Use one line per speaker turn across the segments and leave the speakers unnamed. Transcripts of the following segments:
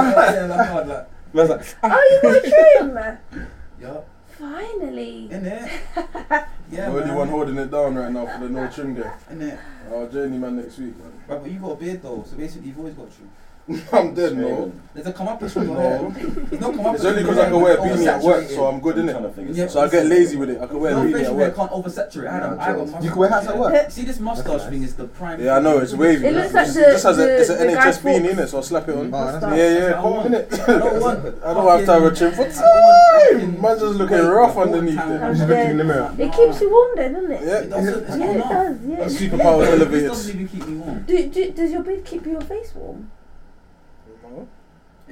yeah, that hard, like. Man's like,
Oh, you got a trim?
yeah,
Finally.
in there. Yeah,
the only
man.
one holding it down right now for the no trim game.
In it.
Our journey man next week, man.
Right, but you got a beard though, so basically you've always got you.
I'm dead, no.
There's a come up with your hair.
No.
There's no come up
It's only because I can wear a beanie at work, so I'm good in
trying to
it.
figure
Yeah.
this
So I
out.
get lazy with it. I can wear a
No
beanie
facial
at
hair
work.
can't oversaturate. I had a- I have a
You can wear hats at work.
See this mustache thing is the prime.
Yeah, I know it's wavy.
It looks like
It's
the-
just has a,
the-
it's an
the guy
NHS beanie
Fawkes.
in it, so I slap it
Mm.
on.
Oh, that's
Yeah,
nice.
yeah,
I
come
want.
on, innit?
I don't want.
I don't have to have a trim for
I don't want
time. Man's just looking
fucking
rough
weight.
underneath
I'm
it.
just looking in the mirror.
It keeps you warm then, doesn't it?
Yeah.
It doesn't. It's not
Yeah, it
enough.
does. Yeah.
That superpower
This
elevates.
doesn't even keep me warm.
Do, do, does your beard keep your face warm?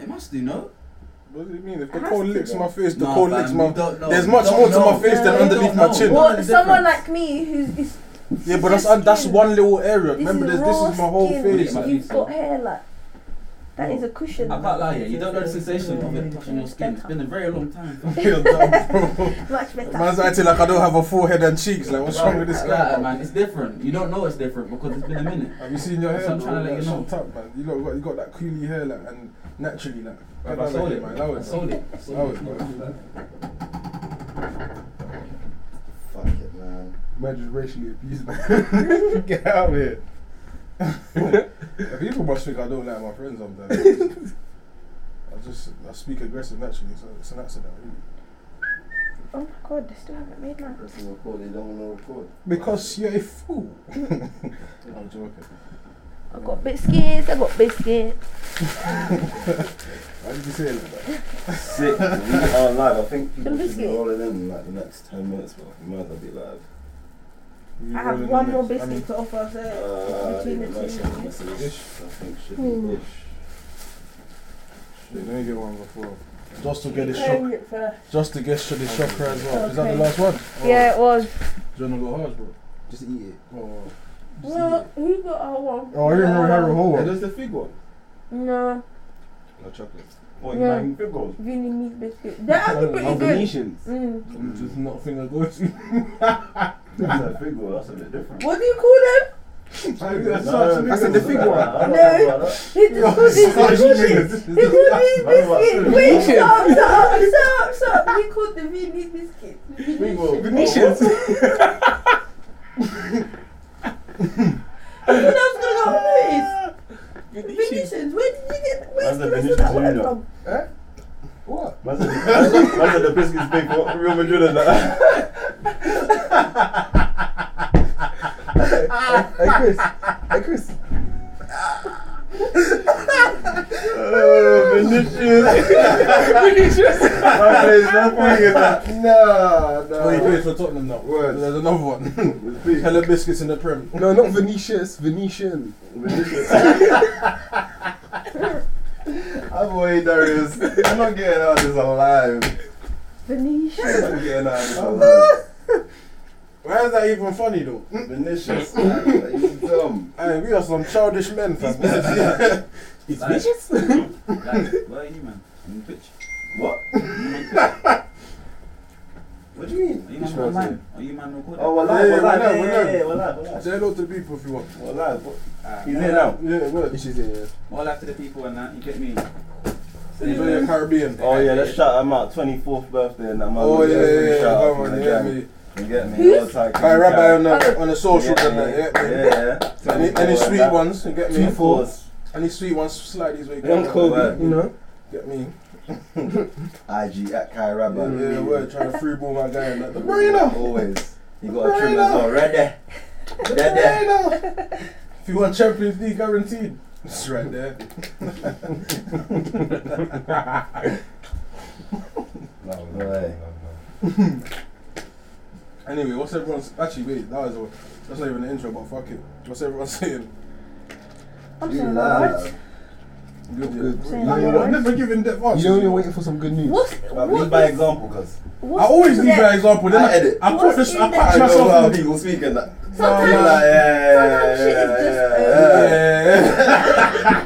It must do, no?
What do you mean? If the
It has
cold
to
licks
be.
my face, the
Nah,
cold
fam,
licks
we
my.
don't know.
There's
We
much
don't
more to
know.
my face than
We don't
underneath my
know.
chin.
What
Well,
is the
someone
difference?
like me who's is
Yeah, but
This
that's
is
that's
skin.
one little area.
this
Remember,
is
this this
raw
is my whole
skin,
face.
but You've got hair like that is a cushion.
I can't lie, yeah. You don't know the sensation of it touching your skin. It's been a very long time.
Much better.
Man's acting like I don't have a forehead and cheeks. Like, what's wrong with this
Like
guy?
that,
bro?
man? It's different. You don't know it's different because it's been a minute.
Have you seen your hair?
So I'm trying to
bro?
let you
That's
know.
shot Up, man. You know, you got, you got that curly hair, like, and naturally, like.
Right,
Get
I
out
sold
of
it,
here,
man.
That
I
was.
sold it. I
That
sold
was.
it.
bro.
Fuck it, man.
Man, just racially abused, man.
Get out of here.
People must think I don't like my friends sometimes. I just I speak aggressive naturally, so it's an accident. Really.
Oh my god, I still haven't made mine.
Press and record, they don't want to record.
Because you're a fool. I'm joking.
I've got biscuits, I've got biscuits.
Why did you say it like that?
Sick. we are live. I think people
Don't
should be
biscuit.
rolling in like the next 10 minutes, bro. We might as well be live.
You
I
rolling
have
the
one more
mix. I
biscuit
mean,
to offer, so
Uh,
between
yeah,
the two.
most of
of
the
you.
messages,
Ish.
I think should
Hmm.
be ish.
shit, let me get one before. Just to get the
Um,
shock.
for-
Just to get to the chakra as well. Is that
Okay.
the last one?
Yeah, it was.
Do you want to go hard, bro?
Just eat it.
Oh,
Well, who got our one?
Oh, I remember we had a whole
oh.
one.
there's the fig one.
No,
No chocolate.
What,
Yeah.
you buying pickles?
really meat biscuit. They're actually pretty
I'm
good.
Venetians.
Mm.
I'm just not finger good.
That's a fig one, that's a bit different.
What do you call them?
I said the fig one.
I don't
No.
know about that.
He just called these
Scottish
He called these biscuits. Wait, stop, stop, stop, stop. He called the Viennese biscuits. Venetian.
Venetians.
Who else could have got Venetians? Venetians. Where did you get? Where's
That's a
the rest of
Venetian
that word
junior.
from?
What?
That's a- that's a- the biscuits big for Real Madrid and that.
Hey, Chris. Hey, Chris.
Oh, Venetians. My place, that thing is that.
Nah,
Oh, you
nah.
played for Tottenham now.
Words.
There's another one.
It's big.
Hella biscuits in the prem.
No, not Venetius, Venetian.
Venetians. I'm away, Darius. I'm not getting out of this alive. I'm
Venetian.
not getting out of this alive.
Why is that even funny though?
Venetians. You dumb.
Hey, we are some childish men, fam. It's
Like- Like, where are you, man? I'm bitch.
What? What do you mean?
Are you man
one is
online? Are you man recording?
Oh, we're
Yeah,
live,
yeah,
we're live,
we're live,
yeah,
we're
yeah, yeah,
live.
we're live, we're live.
Say hello to the people if you want.
We're live. What-
Ah,
He's here now.
Yeah, well.
She's here.
All after the people and that. You get me?
Enjoy your Caribbean.
Oh yeah, let's shout him out. 24th birthday and that man.
Oh, yeah, yeah, yeah.
Shout out
Come
from
on,
the
you
gang.
hear me?
You get me?
Who's-
All tight,
Kai
you
Rabbi
get
on
me?
the, on the
You
social
get
and
me?
that, yeah. yeah.
Yeah, yeah.
Any,
24
any sweet
and that.
ones, you get
Two
me?
fours.
Any sweet ones, slide these way.
Young Kobe, you know.
Get me?
IG at Kai Rabbi.
Yeah, yeah, word. Trying to free ball my guy and that. The
Always. You got a trim as well. Right there. Right there.
If you want Champions League guaranteed, it's right there.
No, no way.
Anyway, what's everyone's actually wait, that was all that's not even an intro, but fuck it. What's everyone saying?
I'm
You
sorry,
live.
what?
Good, yeah.
Good.
Saying
Nah,
that
you're
word.
never giving that fast.
You know you're waiting for some good news.
What's
But lead by
what? is-
example, cuz.
I
what's
always
in
leave
that?
that example. Then
I
I,
edit.
I
What's
put this,
in
I
that?
patch
I know how
myself. in.
people speak and that.
Sometimes-
Nah, nah, yeah,
sometimes
yeah,
shit is
yeah,
just,
yeah,
uh,
yeah.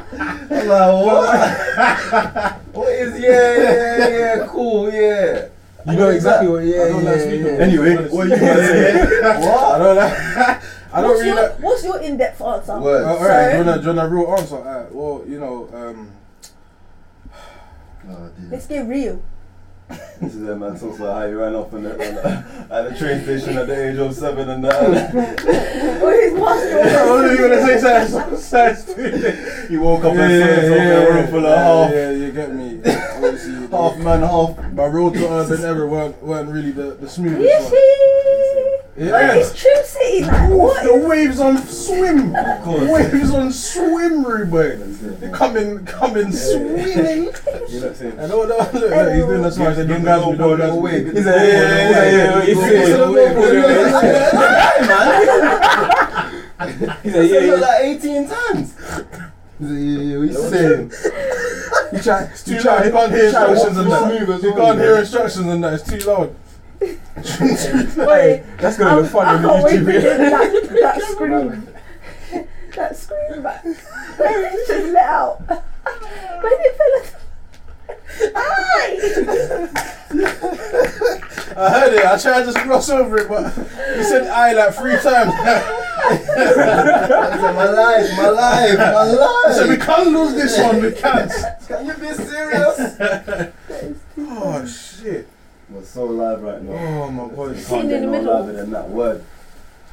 Yeah.
I'm like, what? what is, yeah, yeah, yeah, yeah, cool, yeah.
You know exactly what, yeah,
I don't like
yeah,
speaking.
yeah.
Anyway, what you gonna say?
I
what?
don't like. I don't
What's
really.
your
Like,
What's your in-depth answer?
Words.
all right, do
So-
you want a real answer? Alright, well, you know, um,
Oh dear.
Let's get real.
This is that man talks about how he ran off in the, on the, uh, at the train station at the age of seven and uh, nine.
Or his
What are you
master.
gonna say, Sash? Sash? He woke up and saw himself in a room full of half,
Yeah, you get me. Obviously,
half man, half.
my road to urban ever weren't, weren't really the, the smoothest.
Yes,
one.
he. Like,
Yes.
it's true city. Like,
Oof,
what?
the
is-
waves on swim.
course.
Waves on swim, Ruben.
That's it,
They
man.
come in, come in swimming.
You know what I'm saying?
I don't know. Look, look, he's doing this one.
Yeah,
Don't
don't
guys
go, don't
me, don't guys
go
me.
away.
He's
Don't
like,
go
yeah,
away.
yeah, yeah, yeah.
Don't
He's
go
like,
away.
he's
Don't go
like,
away.
yeah,
He's like, yeah, yeah. like 18 times.
Yeah, yeah, yeah, what you saying? You try,
It's
you
too loud.
try,
You can't hear
you try
instructions on
walk smooth
that.
as
You
well,
can't
man.
hear instructions on that. It's too loud.
Wait,
That's gonna be
I
fun on
can't
the
wait for
YouTube video.
that, that scream. that scream back. When it just let out. When it fell out. Aye!
I heard it. I tried to just gloss over it, but he said "I" like three times.
He's like, my life, my life, my
I said we
life.
can't lose this one. We can't.
Can you be serious?
Oh shit!
We're so live right now.
Oh my god!
You
Sitting
can't get
in the
no
middle.
liver than that word.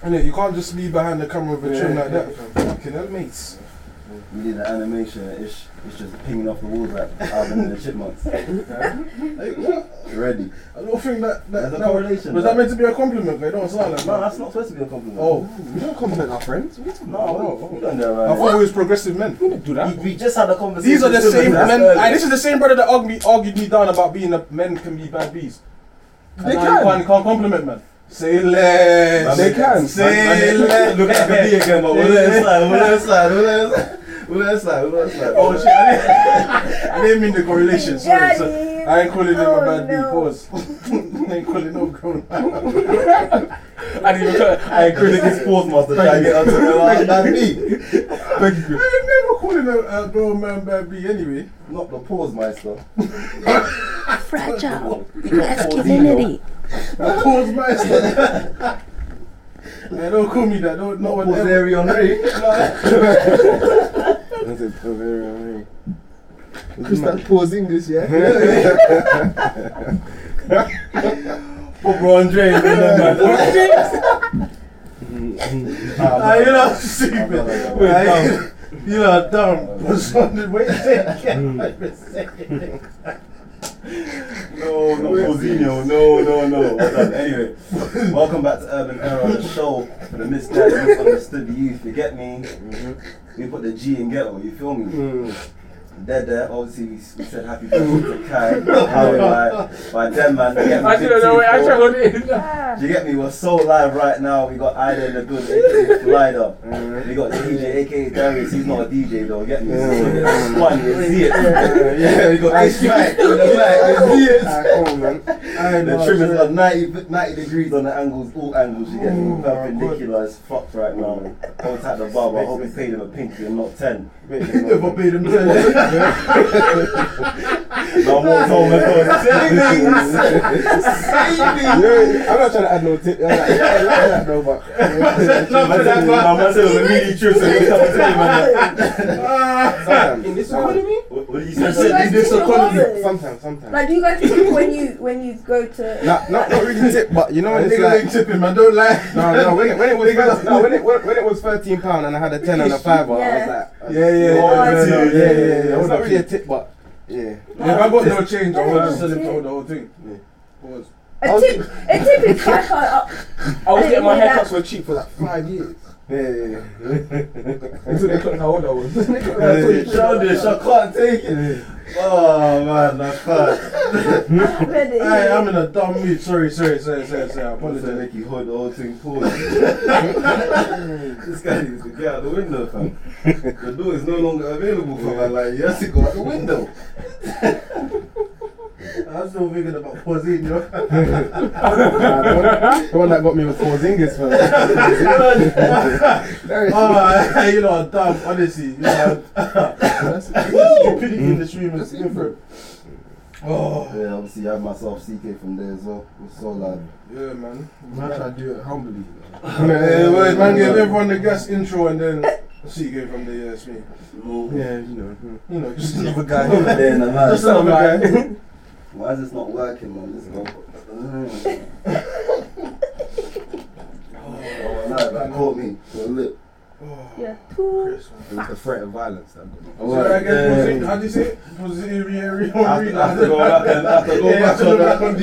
Innit, you can't just leave behind the camera with a trim
Yeah,
like that. fam. Fucking hell, mates.
We did an animation and it's, it's just pinging off the walls like Alvin and the Chipmunks.
Like, what?
Ready.
I don't think that that,
There's a
that was,
correlation.
was that meant to be a compliment. But it don't sound like
No,
that.
that's not supposed to be a compliment.
Oh,
We don't compliment our friends. We don't-
No,
Oh,
we,
oh.
we don't know
I
around
thought we was progressive men.
we don't do
here.
that.
We, we just had a conversation.
These are the
with
same
them,
men.
that's
I,
earlier.
this is the same brother that argued me, argued me down about being a men can be bad bees. And
They
now
can.
You can't, you can't compliment man. Say less.
They can.
Say
Look
less.
at look at the B again, but we'll let it slide. We'll let it slide. We'll let it slide. We'll let it slide. We'll let it slide. Oh shit! I didn't, I didn't mean the correlation. Sorry. So
Daddy.
I ain't calling him
Oh,
a bad
no.
bee. Pause. I ain't calling no grown man.
I didn't even I
I
agree.
think it's pause master trying to get onto the line. Bad B.
Thank you. Chris.
I ain't never calling a, a grown man bad bee anyway.
Not the pause master.
Fragile.
I pause myself. Hey, don't call me that. Don't no
Not
one
pause
ever.
Arion Ray.
That's it. Very, very.
Chris that pause English, yeah?
Oh,
Poor Andre.
Ah,
Ah,
you
you
know, stupid. Ah, You know, dumb. What's on the way?
No, no, Pozinho. No, no, no. Well done. Anyway, welcome back to Urban Era, the show for the misguided, misunderstood youth. You get me?
Mm-hmm.
We put the G in ghetto. You feel me?
Mm.
Dead there. Obviously, we, we said happy birthday to Kai. How by by them man. You get me? Big T4.
hold it in.
You get me? We're so live right now. We got Ida in the good, aka Glider.
Mm-hmm.
We got DJ, aka Darius. He's not a DJ though. Get me?
Mm. Yeah.
One, you see it.
Yeah,
We got Ice Mike in the back. You see it.
Come on, man.
I
The trim is like 90, 90 degrees on the angles, all angles you get.
Mm.
Ooh,
perpendicular as fuck right now. Contact the barber. I hope he paid him a pinky and not 10.
Never paid him ten.
No, I'm all told Savings!
Yeah, I'm not trying to add no tip. I'm not add no, but.
My man said it was a mini trip, so he's coming to tell you, man.
In this economy?
What what did you
Do you
say?
guys
in this
tip your
economy,
mothers?
Sometimes, sometimes.
Like, do you guys tip when you when you go to?
Nah, not, not really tip, but you know when it's
Nigga
like.
ain't tipping, man. Don't lie.
No, no, when it, when it was first, no, when it when when it was thirteen pound and I had a ten and a fiver,
Yeah.
I was like,
Yeah, yeah,
no,
yeah, yeah,
no, no,
yeah,
yeah,
yeah, yeah.
yeah, yeah. It's not really a
Hold
tip, but yeah.
If I got no change, I would just sell him to hold the whole thing.
Yeah.
Pause.
A tip, a tip is uh, I can't. Up.
I
was getting my haircuts
for cheap for like five years. Yeah, yeah, yeah. Until they couldn't how old I was.
Childish, I can't take it. Oh man, I can't.
I'm ready.
Hey, I'm in a dumb mood. Sorry, sorry, sorry, sorry, sorry. I
What is that
apologize.
Nicky hold the whole thing forward? this guy needs to get out the window, fam. The door is no longer available for man. Like you have to go out the window.
I'm still thinking about Pozinho.
Nah, the, one, the one that got me was Porzingis first.
Oh, hey, you know, dumb. Honestly, you know, stupidity in the stream is different. Oh,
Yeah, obviously I have myself CK from there as well. It was so loud.
yeah, man.
Man, I do it humbly.
Yeah, well, man, give everyone the guest intro and then So you go from the yeah, it's me.
Yeah, you know. mm.
You know, hmm. just
Another
another
guy.
guy.
Yeah, nah, man.
Just another guy.
Why is this not working, man? Let's go. Mm. oh, no, that caught me. Well, look.
Oh,
You're too
Chris,
It was the threat of violence that got me.
I
So I
won't.
guess
Um,
posi- how do you say it? Positive
I have to- I have to go back and I have to go back on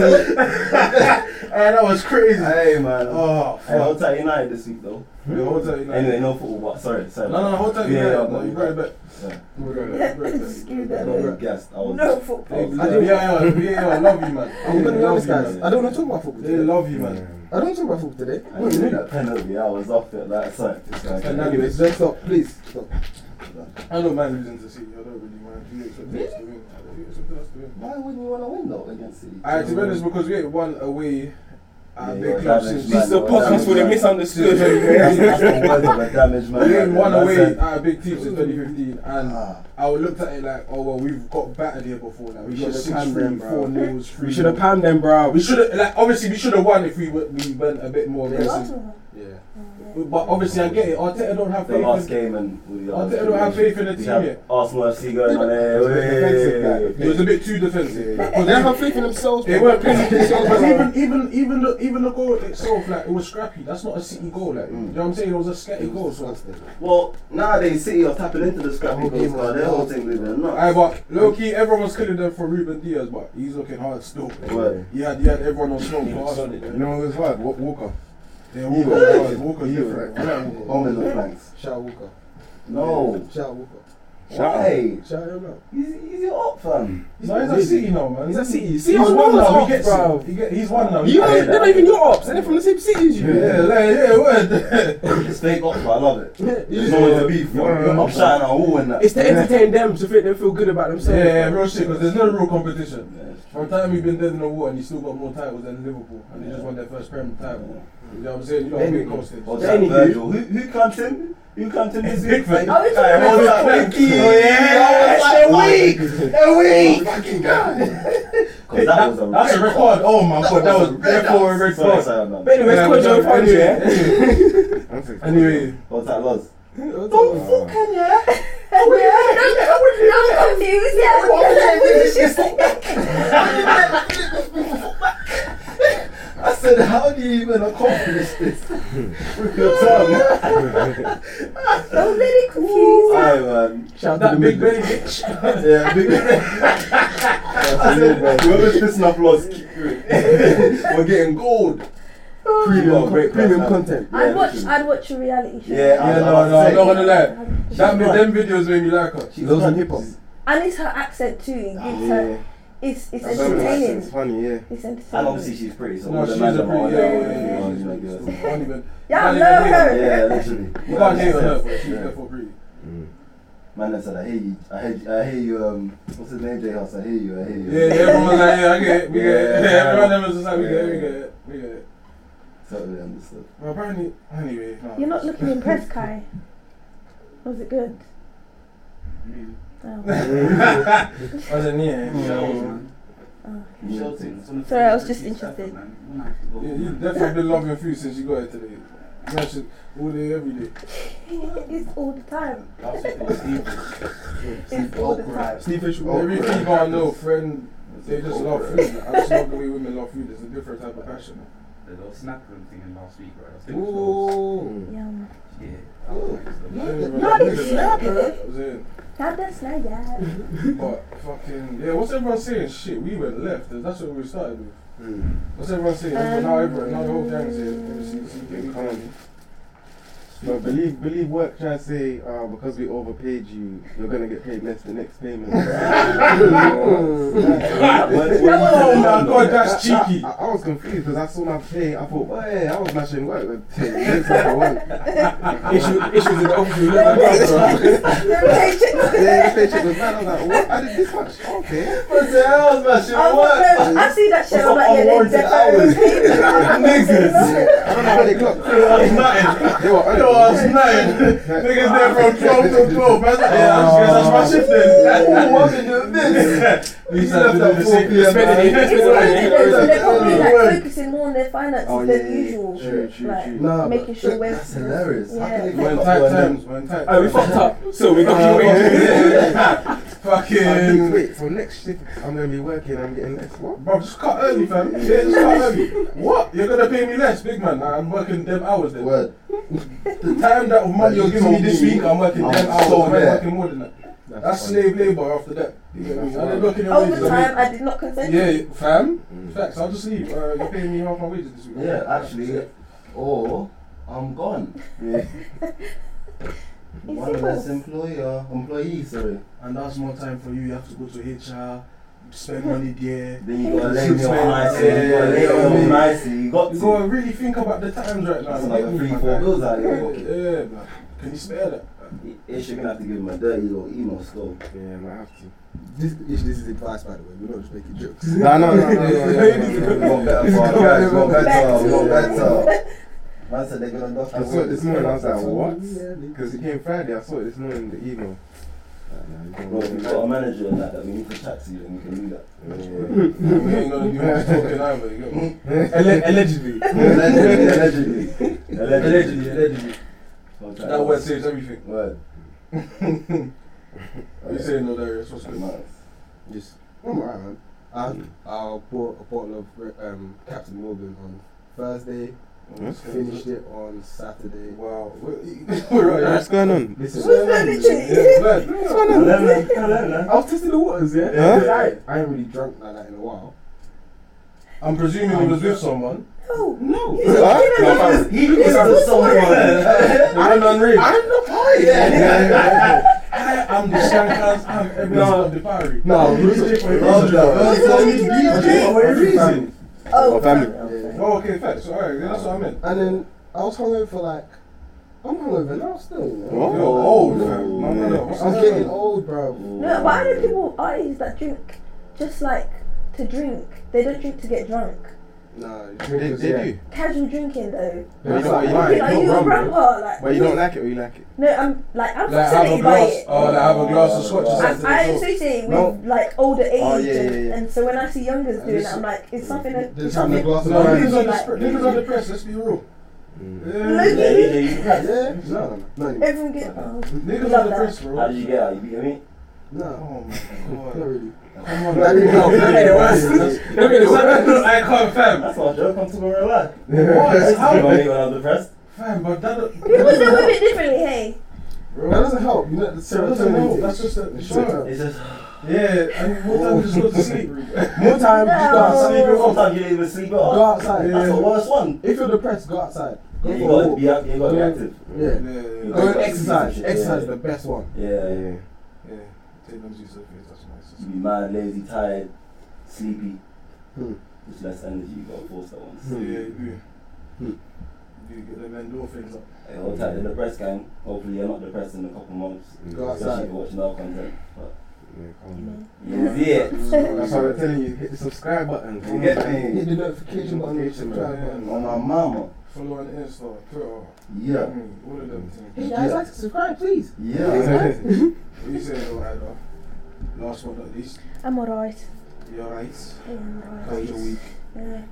that.
that was crazy.
Hey, man.
Oh,
Hey,
fuck.
Hotel United this week, though.
Yo, what's up, you know?
Anyway, no football, but sorry, sorry.
No, no, hold on.
Yeah,
Yeah,
yeah,
yeah, you brought it back.
Yeah.
You brought it back, you brought it back.
Screw
I
that.
got gassed. I was.
No
Hey,
football.
yeah, yeah, yeah, yeah, I love you, man.
I'm gonna
They
be
love
honest,
you,
guys.
man.
I don't want to talk about football
They
today.
love you, man.
I don't want to talk about football today.
I didn't that penalty. I was off it. That's like, it's like
And that-
Anyways, let's stop, please. Stop.
I don't mind losing to City. I don't really mind. You expect us to win. You expect us to win.
why wouldn't you want to win though against City?
I to be honest, because we ain't won
Yeah,
away at
you're
big clubs
damaged,
since
man.
This is a podcast for the
that's, that's
misunderstood.
the word of a damaged man.
we ain't won
Like I
away
said,
at a big team since 2015, and
ah,
I looked at it like, oh well, we've got battered here before. Like we,
We
got
should've
six,
panned
three,
them,
four
bro.
nils, three.
We should have panned them, bro.
We should have like obviously we should have won if we were, we went a bit more aggressive. Yeah. But obviously I get it. Arteta don't have
the last
faith. In,
game and all the
Arteta
others.
don't have faith in the
We
team
have
yet.
Arsenal FC going on there.
Defensive guy.
Hey.
It was a bit too defensive.
They don't have faith in themselves.
They
bro.
weren't playing themselves. But even even even the even the goal itself, like it was scrappy. That's not a city goal, like you know what I'm saying? It was a scatty goal. So.
Well, nowadays City are tapping into the scrappy goals because their whole thing is they're
I
not.
but low key, everyone was killing them for Ruben Diaz, but he's looking hard still.
Word.
You had you had everyone on smoke.
He
for
was
Arsenal.
solid.
You know what was hard? Wa- Walker.
eh? Yeah,
He
Walker,
was-
Walker, Walker's
he was
different.
right.
I like Walker.
Home in the flanks.
Shout out Walker.
No.
Shout out Walker.
Why?
Shout out him out.
He's, he's your op, fam.
No, he's at City now, man.
He's at City.
He's
City
won
knows
now.
us,
He gets
bro.
it. He get, he's won now.
You
I
know,
hear
they're
that.
not even your ops. They're from the same city as you.
Yeah, like, yeah, word.
It's fake op, but I love it.
Yeah.
There's no one to beef.
Yeah.
fam. I'm shouting at who and that.
It's to entertain them to make them feel good about
yeah,
themselves.
yeah,
bro.
real shit. Because there's no real competition.
Yeah, it's
From the time he's been dead in the war and he's still got more titles than Liverpool and they just won their first Prem title. You know what I'm saying? You know what I mean? Constant.
Hold
Yeah,
that
anywho.
Virgil. Who, who comes in? Who comes in this week?
Pickford.
Hey, hold that Becky.
yeah,
week. A week. Fucking guy. Cause that was a
That's a red card. Oh my god, that was therefore a red
Sorry,
card.
sorry, man.
But anyways,
Yeah,
Kojo
but
Fonzie, yeah?
anyway, Anyway,
What's that was?
Don't fuck
I'm confused. Yeah,
I said, how do you even accomplish this with your tongue?
don't let it confuse.
Aye, man.
Shout out
that
to the
big belly
big
bitch.
Yeah, big. I said, whoever's pissing off lost, keep doing it. We're getting gold. Premium, great
premium
price, man.
content.
Yeah,
I'd watch.
literally.
I'd watch a reality show.
Yeah,
Yeah,
I-
no,
I'll
no, I'm
say.
not gonna lie.
And
That made, them videos made me like her.
She's
Those
not-
on hip hop.
it's her accent too. It gives
Yeah.
her, it's it's
That's what I'm
entertaining.
funny, yeah.
It's
And
entertaining.
obviously she's pretty, so
No,
all
she's
the
a
men are all
pretty, yeah,
there.
yeah, yeah,
Yeah,
she's
yeah,
like, can't even-
Yeah,
can't
I
even
love
hate her.
her.
yeah, literally.
You can't hate on her, but she's therefore pretty.
Man, I said, I hear you, I hear you, I hear you, um, what's his name, J House, I hear you, I hear you.
Yeah, everyone's like, yeah, I get it, we get it.
Yeah.
Everyone else is like, we get it, we
Yeah.
get it, we get it.
Totally understood.
Well, apparently, anyway. no.
You're not looking impressed, Kai. Was it good? Oh.
I was in here.
oh.
Sorry,
Sorry, I was just interested.
Yeah, you definitely been loving food since you got here today. Imagine all day, every day.
It's all the time. It's all the time.
That's
Steve Fish.
every people I know, friend, they just love food. Like, I just love the way women love food. It's a different type of passion.
The little snack room thing in last week, right? I was thinking so.
Ooh.
Yum.
Yeah. I was
I
like,
don't even
Not
know.
a snack, eh?
I was in.
That does not yet.
But fucking, yeah, what's everyone saying? Shit, we went left. That's what we started with. What's everyone saying? That's what now everyone, now the whole gang's here.
But believe believe work try to say uh, because we overpaid you, you're gonna get paid less the next payment.
Oh my god, that's cheeky.
I, I was confused because I saw my pay. I thought, hey, I was mashing work. but this is what I want."
Issue- Issues in the office. you look like that, bro.
Yeah, the paycheck was bad. I was like, what? I did this much. Okay.
What the hell, man? Shit, what?
Oh, no, I see that
What's
shit. I'm
up,
like, yeah, they
unwarranted
definitely.
Niggas.
I don't know how they clocked.
That's nothing.
They were on it.
past nine. Niggas there from twelve to twelve. Man's like, yeah, I guess that's my shift then.
Ooh, I've been doing this.
He's left at four p.m.
It's crazy because they're probably like
Word.
focusing more on their finances
Oh,
than
yeah, yeah,
usual.
True, true,
like,
true.
Nah,
making sure we're.
that's hilarious. How
Yeah.
can they
When
fuck up
tight
one
times,
them?
when tight.
Oh, we
times.
fucked up. So we got
Uh,
you
I think,
Fucking.
wait, for next shift, I'm gonna be working. I'm getting less. What?
Bro, just cut early, fam. Yeah, just cut early. What? You're gonna pay me less, big man. I'm working them hours then.
Word.
The time that money you're giving me this week, I'm working
I'm
ten hours.
so
I'm
there.
working more than that. That's, slave labor after that. You get me? And they're working their wages.
Overtime, I did not
I
consent.
mean, yeah, fam.
Mm.
Facts. I'll just leave. Uh, you're paying me half my wages this week.
Yeah, actually, or I'm gone.
Yeah.
One less employer, employee, sorry.
And that's more time for you. You have to go to HR, spend money there.
Then you gotta lay me off nicely.
Yeah,
You gotta lay
yeah,
me
yeah.
off nicely. You got
You
to.
gotta really think about the times right now.
That's
you
another
get me,
three,
my
four
guy?
bills out of your
Yeah,
pocket.
yeah, man. Can you spare that?
Ishii gonna have to give him a dirty little email still.
Yeah, I have to.
This, this is advice, by the way. We're not just making jokes.
No, no, no, no, no, no, no, no, no.
We've got better for our guys. We've got better. We've got better. Man said they're gonna knock
I
your
saw it this
work.
morning. I was like, what? Because it came Friday. I saw it this morning. The email. Like, nah, you can't
Bro, if
do
you've
that.
got a manager and that, that we need to chat to you, then we can do that.
Yeah.
We ain't gonna do much talking either. You get me? Allegedly.
Allegedly, allegedly.
Allegedly, allegedly.
I'll try
That word saves everything.
Word.
You saying no there, it's what's good.
Just, I'm alright, man. I, I bought a bottle of re- um, Captain Morgan on Thursday, finished it on Saturday.
Wow. We're, we're right.
What's going on?
This
Who's
is
that literally?
Yeah, man.
What's going on? I was testing the waters, yeah?
Huh?
Because I, I ain't really drunk like that in a while.
I'm presuming he was with someone.
No.
No!
He's
Huh?
not even allowed to-
He is the someone.
They went on raid.
I'm not party!
I am the Shankans, I'm everyone's
No.
of the party.
No,
DJ for a
Love
reason.
that.
Who's that literally?
DJ for a reason.
Oh,
Or family.
okay.
Oh, okay, facts. Alright, yeah, that's what I meant.
And then I was hungover for like, I'm hungover now still. You know?
Oh.
You're old, man. No, no, no.
I'm getting old, bro.
No, but I know people our age that drink just like to drink. They don't drink to get drunk.
Nah,
They,
drinkers,
they
yeah.
do.
Casual drinking though.
But you
That's
don't,
like
you
mine.
don't,
Like,
you
are
don't
you a
rum, bro.
grandpa? Like,
But you don't like it or you like it?
no, I'm like I'm
Like, have a
fascinated by
glass.
it.
Oh, like, have a glass of scotch. or
I,
something.
I associate with
No.
like older age,
Oh, yeah, yeah,
And,
yeah.
and so when I see youngers doing
this-
that, I'm like, it's something that
this
it's
having a
something.
glass of
No,
wine.
something
niggas on the
like-
spread. Niggas on the press, let's be real.
Look.
Yeah.
Yeah,
DJ,
no, no, no, no,
Everyone get oh,
Niggas on
Love
the
that.
press,
you- how
bro.
did you get out? You beat me?
no,
Oh my
not
god.
really.
Come on,
That
man.
is not-
That made it worse.
Yeah.
That made it worse. I can't, fam.
That's not a joke, I'm tomorrow live.
What?
You know
How?
me when I was depressed?
Fam, but that.
people say women differently. Hey,
That doesn't help. You know, the
That doesn't help.
serotonin.
That's just a.
It's
Shut up.
just-
It's just,
Yeah, I mean, more time just go to sleep.
More time, just go outside.
No.
sometimes you don't even sleep at
Go
all.
outside.
That's the
Yeah.
worst one.
If you're depressed, go outside. Go
Yeah, you
for a
gotta
walk.
be act- you gotta be
Yeah.
active.
Yeah.
Yeah,
Go and
Yeah.
exercise.
Yeah.
Exercise is the best one.
Yeah, yeah.
Yeah.
yeah. Take them to your surface, that's
You
nice.
be mad, lazy, tired, sleepy.
Hmm.
It's less energy, you gotta force that one.
Yeah, you
Hmm.
do. You get them endorphins up.
Hey, hold tight, the depressed gang. Hopefully you're not depressed in a couple months.
Hmm. Go
Especially if
outside.
you're watching our content. But
Yeah, come
you see it.
on. That's why I'm telling you, hit the subscribe button.
You get
Hit
me.
the notification button.
Notification
subscribe
button.
On
button.
my mama.
Follow on Insta, Twitter,
Yeah.
mm, all of them things.
Hey guys, like to subscribe, please.
Yeah.
What you saying, though, Ida? Last but not least,
I'm alright.
you're right.
I'm
How's
alright.
your week?
Yeah.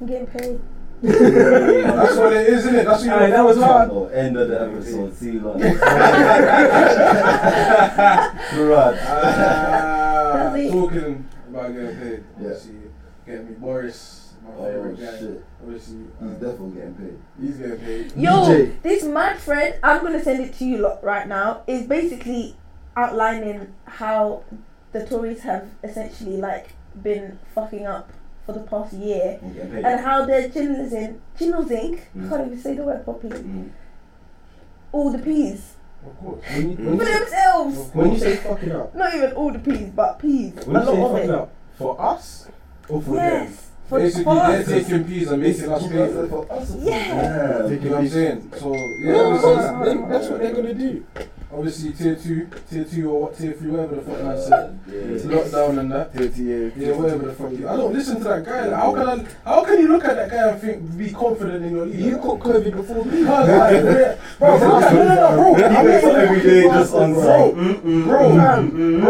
I'm getting paid.
That's what it is, isn't it? That's what
Aye,
you
that was hard.
Oh, end of the episode. See you later.
Ah,
Lovely.
talking about getting paid.
Yeah.
Obviously, get me Boris, my
Oh
favorite guy.
shit.
Obviously, uh,
He's definitely getting paid.
he's getting paid.
Yo,
DJ.
this mad friend, I'm gonna send it to you lot right now. Is basically outlining how the Tories have essentially like been fucking up for the past year
He's getting paid.
Uh.
and how they're journalism, journalism. I can't even say the word properly.
Mm.
All the peas
Of course.
When you, when
for
you, say,
themselves.
when you say fucking up,
Not even all the peas, but peas. A
when you
lot
say
of
fucking
it.
up, for us or for them?
Yes. for
Basically,
for
they're
us.
taking peas and making us pay for it.
Yeah.
Yeah.
You know what I'm saying? So, yeah,
Yeah,
obviously,
yeah.
they- that's what they're gonna do. Obviously, tier two, tier two, or what, tier three, whatever the fuck I said. It's lockdown and that. Yeah, whatever the fuck you. I don't listen to that guy. Like, how can I? How can you look at that guy and think be confident in your leader?
You caught COVID before me.
Cause, like, yeah, bro, bro, no, no, no, bro.
He
I'm
wakes
not
up every
even-
day just on
Bro, bro,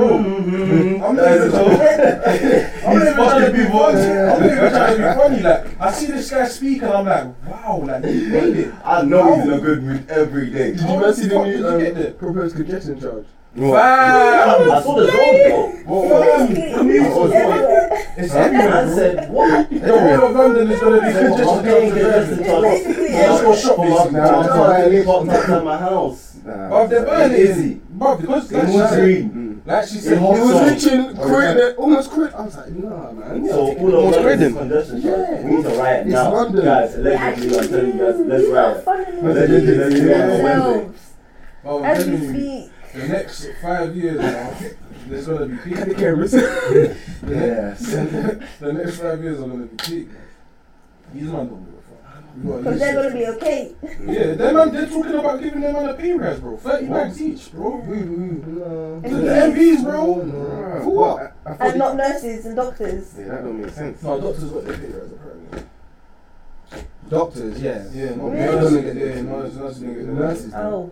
bro. I'm not even I'm not even trying to be funny. I'm not even trying to be funny. Like, I see this guy speak and I'm like, wow, like, he made it.
I know he's in a good mood every day.
Did you guys see the
How the
new
fuck did you get there?
um, proposed congestion charge?
Bam!
I saw the dog
Whoa, whoa.
Basically,
was
everywhere.
It's
though.
everywhere.
Man said, what?
The whole of London is going to be congested.
Congestion
It's
charge.
basically
Yeah,
Let's
everywhere.
go shop
Pull up,
this
pull
now.
up, pull up, pull up outside my house.
But they're burning
Easy.
Bro, because
It
like she
was
said,
green.
like she said,
It was
It was
So-
reaching quit, almost quit. I was like, nah, man.
So all
It's
of that
Reading.
is congestion charge.
Yeah.
We need to riot
It's
now.
London.
Guys,
We
allegedly, I'm
actually
telling you
do.
guys, let's
You are
riot.
funneling
Allegedly, let's do it on a Wednesday.
yourselves
oh,
As we
genuinely,
speak.
the next five years now, there's going to be peak.
The cameras.
Yes.
the next five years are going to be peak. These man don't give a fuck.
Because they're going to be okay.
be. Yeah, them man, they're talking about giving them man a pay raise, bro. 30 bags each, bro.
No.
To the MPs, bro.
Bruh,
For what?
I, I thought
And
you-
not nurses and doctors.
Yeah, that don't make sense.
No, doctors got their pay raise, apparently.
Doctors, yeah.
Yeah, no,
Really?
nurses, yeah, nurses, nurses, nurses.
Nurses.
Oh.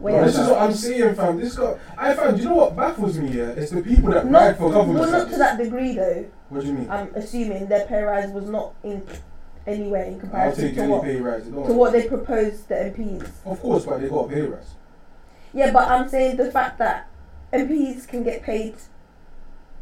Wait.
Bro, this is what I'm seeing, fam. This got. I fam. Do you know what baffles me? Yeah, it's the people that ride
Not,
for
well,
government.
not
service.
to that degree though.
What do you mean?
I'm assuming their pay rise was not in anywhere in
I'll
comparison
take
to
any
what,
pay rise. Don't.
to what they proposed the MPs.
Of course, but they got a pay rise.
Yeah, but I'm saying the fact that MPs can get paid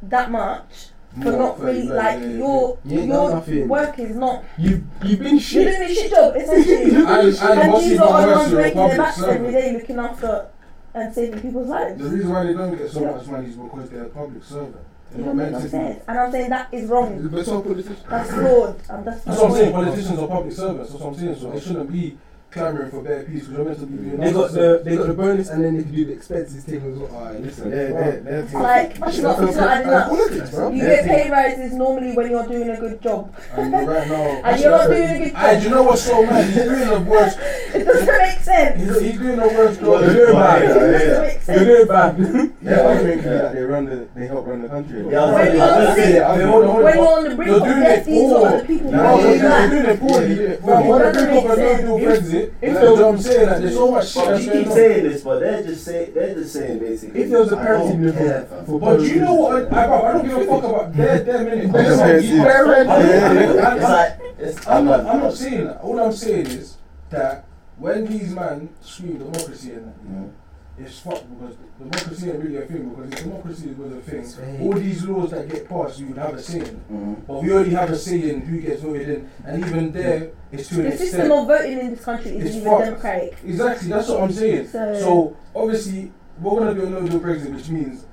that much for
More
not
than
really
30,
like
yeah, yeah,
your
You ain't done
your
nothing.
work is not
You've you've been
you're
shit.
doing a shit job essentially.
Look at
And,
this shit.
and
and
what's
these
even
are on
worse,
one
you're a
breaking their
public
backs every
servant.
day looking after and saving people's lives.
The reason why they don't get so much money is because they're a public servant.
You
They're
know
not
what
meant
I'm
to be.
saying? And I'm saying that is wrong.
But some politicians.
That's fraud. And that's
That's what I'm saying.
fraud.
Politicians are public servants. That's what I'm saying. So they shouldn't be clamoring for bare peace because they're meant to be doing.
They got
nothing.
the they got the bonus and then they can do the expenses thing as well. Alright, listen.
They're, they're, they're
It's like it's not it's not adding up.
Politics, bro.
You get pay rises normally when you're doing a good job.
And right now.
And you're not doing a good
I, do
job.
you know what's so mad? He's doing the worst.
It doesn't make sense.
He's, he's doing the worst job.
You're doing
It
bad.
doesn't make
You're
sense.
doing bad.
yeah, I think that they run the, they help run the country.
Yeah, I was
When
like,
you're
I
on
was like,
sick,
Hold
when
on, hold on.
you're on the brink
You're
of
doing
death,
it
these are
all.
the people
No,
who
no,
are
you're not
back.
doing it poorly.
Yeah, yeah.
Fam, what do you think of a
If-
no-deal Brexit?
if
Like,
there
you
was-
know what I'm saying? Like, there's so much shit
But we
that's going
keep
on.
saying this, but they're just saying they're just saying basically.
If there was a
I
parity
don't
in the
care,
vote
fam.
for
But do you know what? I, I, I don't give a fuck about their their minute.
I'm just saying, see.
I don't- I-
It's
I-
like it's
I'm not. I'm not saying that. All I'm saying is that when these men scream democracy and that, it's fucked because democracy ain't really a thing. Because if democracy was a thing, all these laws that get passed, you would have a say in.
Mm-hmm.
But we already have a say in who gets voted in, and even there, it's to an
The system
extent.
of voting in this country
It's
isn't even
fucked.
democratic.
Exactly, that's what I'm saying.
So-
So obviously we're gonna do a no deal Brexit, which means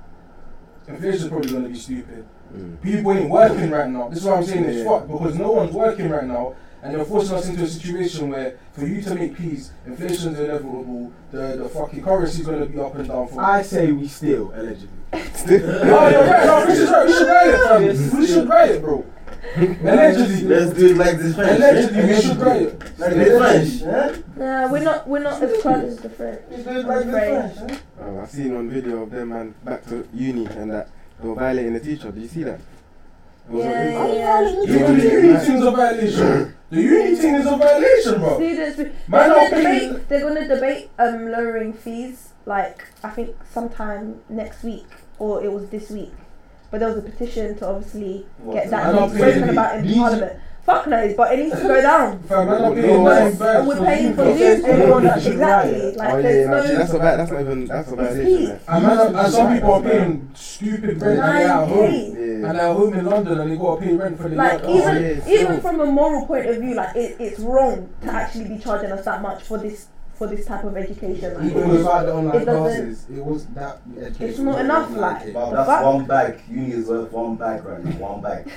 inflation's probably gonna be stupid.
Mm-hmm.
People ain't working right now. This is why I'm saying it's fucked because no one's working right now, and they're forcing us into a situation where for you to make peace, inflation's inevitable. The the fucking currency's gonna be up and down for.
I say we steal allegedly.
oh, you're right. No, Chris is right. We should write it, fam. We should write it, bro. Allegedly.
Let's do it like this French.
Allegedly, we should write it.
Like this French, yeah?
Nah, we're not we're not as proud as the French.
Let's do it like this
Right.
French, yeah?
Oh, I've seen on video of them man back to uni and that they were violating the teacher. Did you see that? It was on
Yeah,
Insta.
yeah.
The uni thing's a violation. The uni thing is a violation, bro.
Students, they're
Man,
gonna
I'll pay you-
debate. They're gonna debate um lowering fees. Like I think sometime next week or it was this week. But there was a petition to obviously get
I
that
don't
being spoken
pay
about in
these-
Parliament. Fuck knows, but it needs to go down.
Fam, I'm not
No,
paying nine
it's-
And
bags
we're
for
paying
you,
for
bro.
this.
Everyone that should
Exactly.
riot.
Like
oh yeah,
there's
no,
no.
that's a bad. That's not even. That's a violation. man.
And, man, and some people are paying stupid rent and they're at
Nine
home.
days.
Yeah.
And they're at home in London and they gotta pay rent for the
Like
yard.
even
yeah, it's
even
wrong.
from a moral point of view, like it, it's wrong to actually be charging us that much for this for this type of education.
Even
Like,
without the online
It doesn't-
classes, it was that education.
It's not
was
enough,
online
like.
education.
Wow,
The
that's
fuck?
one bag. Uni is worth one bag right now. One bag.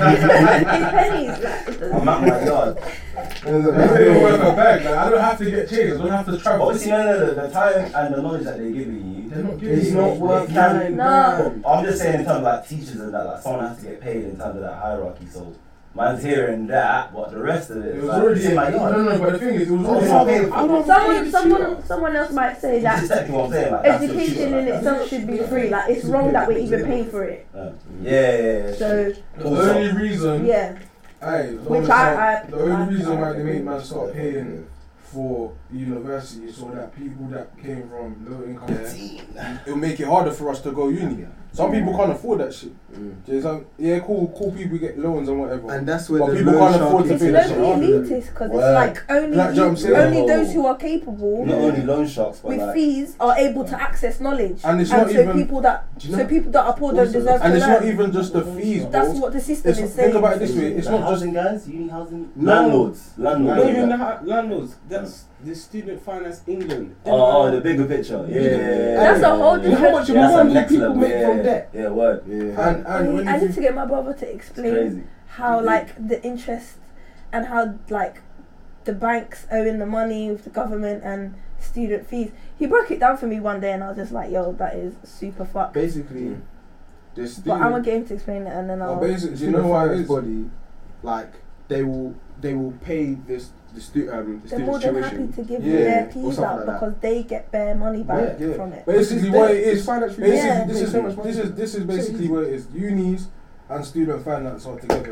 it's pennies. Like, it doesn't-
I'm at my yard.
I don't work a bag, like, I don't have to get changed, I don't have to travel.
Obviously, no, no, no. The time and the knowledge that they're giving you, they're not giving
It's
you.
not worth
They can-
nine
No.
grand.
I'm just saying in terms of like teachers and that, like someone has to get paid in terms of that hierarchy. So Man's hearing that, but the rest of it
It
is
was
like,
already.
it's in my
No, no,
yard.
no. But the thing is, it was
Oh,
already.
fuck it. I don't
Someone, someone, someone else might say
That's
that
exactly what I'm saying. Like, that's what she
education
was
in
like. Uh,
itself should be free. Like it's wrong that we're even paying for it.
Yeah, yeah, yeah.
So
The only reason,
yeah,
I, the,
Which I-
only time-
I-
the only
I-
reason why they made man start paying for university is so that people that came from low income, it'll make it harder for us to go uni. Some people can't afford that shit. There's some- yeah, cool, cool people get loans and whatever.
And that's where
But
the
people
loan
can't afford
shark
to
is.
it's
pay that shit.
very elitist because it's
Well,
like only
like, you know what I'm
you,
saying?
only those who are capable
Not only loan sharks, but
with
like.
fees are able to access knowledge.
And it's not
so
even-
people that
Do you
so
know-
people that are poor don't deserve
And
to
it's
learn.
not even just the fees, bro.
That's what the system
It's-
is
think
saying.
about it this way. It's
The
not just
housing guys, uni housing.
No.
Landlords. Landlords.
Not even the
yeah.
ha- landlords. That's the student finance England.
Oh, oh, the bigger picture. Yeah, yeah, yeah.
That's a whole
yeah.
different- How much
Yeah, that's
money
the next
people
level,
make
yeah,
from
yeah,
debt?
Yeah, word.
Yeah.
And and when
I
you
need to get my brother to
It's
explain
crazy.
how like the interest and how like the banks owing the money with the government and student fees. He broke it down for me one day, and I was just like, "Yo, that is super fucked."
Mm.
Basically, the
But I'm gonna
student,
get him to explain it, and then
Well,
I'll.
basically, you
student
know why it
finance
is?
body, like they will they will pay this the stu- um the
They're more
student's
than happy
tuition.
to give
Yeah,
their
or
peas
something
out
like that.
because they get their money back
Yeah, yeah.
from it.
Basically,
This
what
is
it
debt.
is.
It's finance
Basically,
Yeah.
this is
so much money.
this is this is basically what it is. Unis and student finance are together.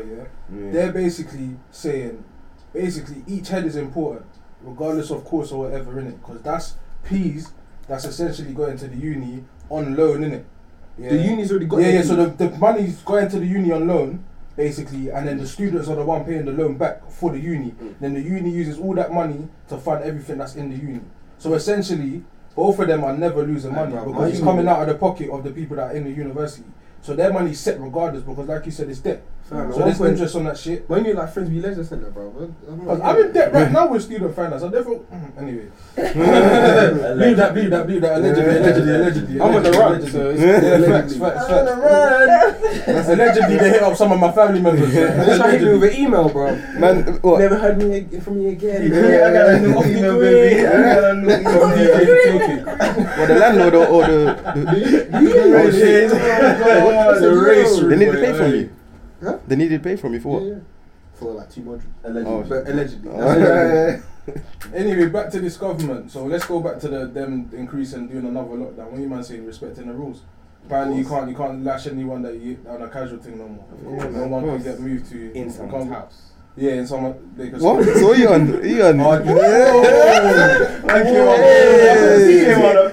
Yeah, they're basically saying, basically each head is important, regardless of course or whatever in it, because that's peas that's essentially going to the uni on loan in it. Yeah.
The uni's already got
Yeah, yeah.
their
So
fees.
the, the money's going to the uni on loan, basically, and then the students are the one paying the loan back for the uni. Then the uni uses all that money to fund everything that's in the uni. So essentially, both of them are never losing
Aye,
money
bruv,
because it's
money-
coming out of the pocket of the people that are in the university. So their money's set regardless because, like you said, it's debt. So
Fam, at one
there's
point-
interest on that shit.
When you like friends, we leisure centre, bro. I'm,
Cause I'm in debt right now with student finance. I never. Anyway, believe that, believe that, believe that. Allegedly, allegedly, allegedly.
I'm on the
allegedly,
run,
allegedly.
so it's
Yeah, facts,
allegedly.
facts, facts. Allegedly, they hit up some of my family members.
They try to hit me
Allegedly.
with an email, bro.
Man, what?
Never heard me ag- from me again.
Oh, Well, the landlord or, or the, the,
Oh, shit.
What's
the race
they needed to pay from you.
Huh?
They needed to pay from you for what?
Yeah, yeah. For like two hundred,
Oh,
Allegedly.
but allegedly.
Oh.
That's allegedly.
Anyway, back to this government. So let's go back to the them increasing doing another lockdown. What you man saying respecting the rules? Apparently you can't you can't lash anyone that you on a casual thing no more.
course,
no
of
one can
course.
get moved to you.
in
You
someone's
can't-
house.
Yeah, in someone they can
What? So you on? You on?
Oh, dude. Yeah,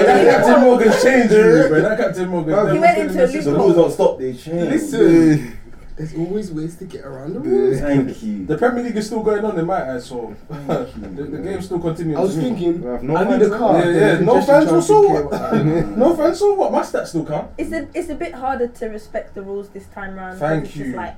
that Captain Morgan changed you, bro. That Captain Morgan.
Bro, he
never
went
said
into a
this is-
The rules don't stop, they change.
Listen, there's always ways to get around the rules.
Thank you.
The Premier League is still going on in my eyes, so the, the game's still continuing.
I was thinking,
Bruv,
I need a car.
Yeah,
Then
yeah,
you can
no
just
fans
try
or
and
so
pick
what?
it up.
No offense, so what? My stats still count.
It's a it's a bit harder to respect the rules this time round. 'cause
Thank
it's
you.
Just like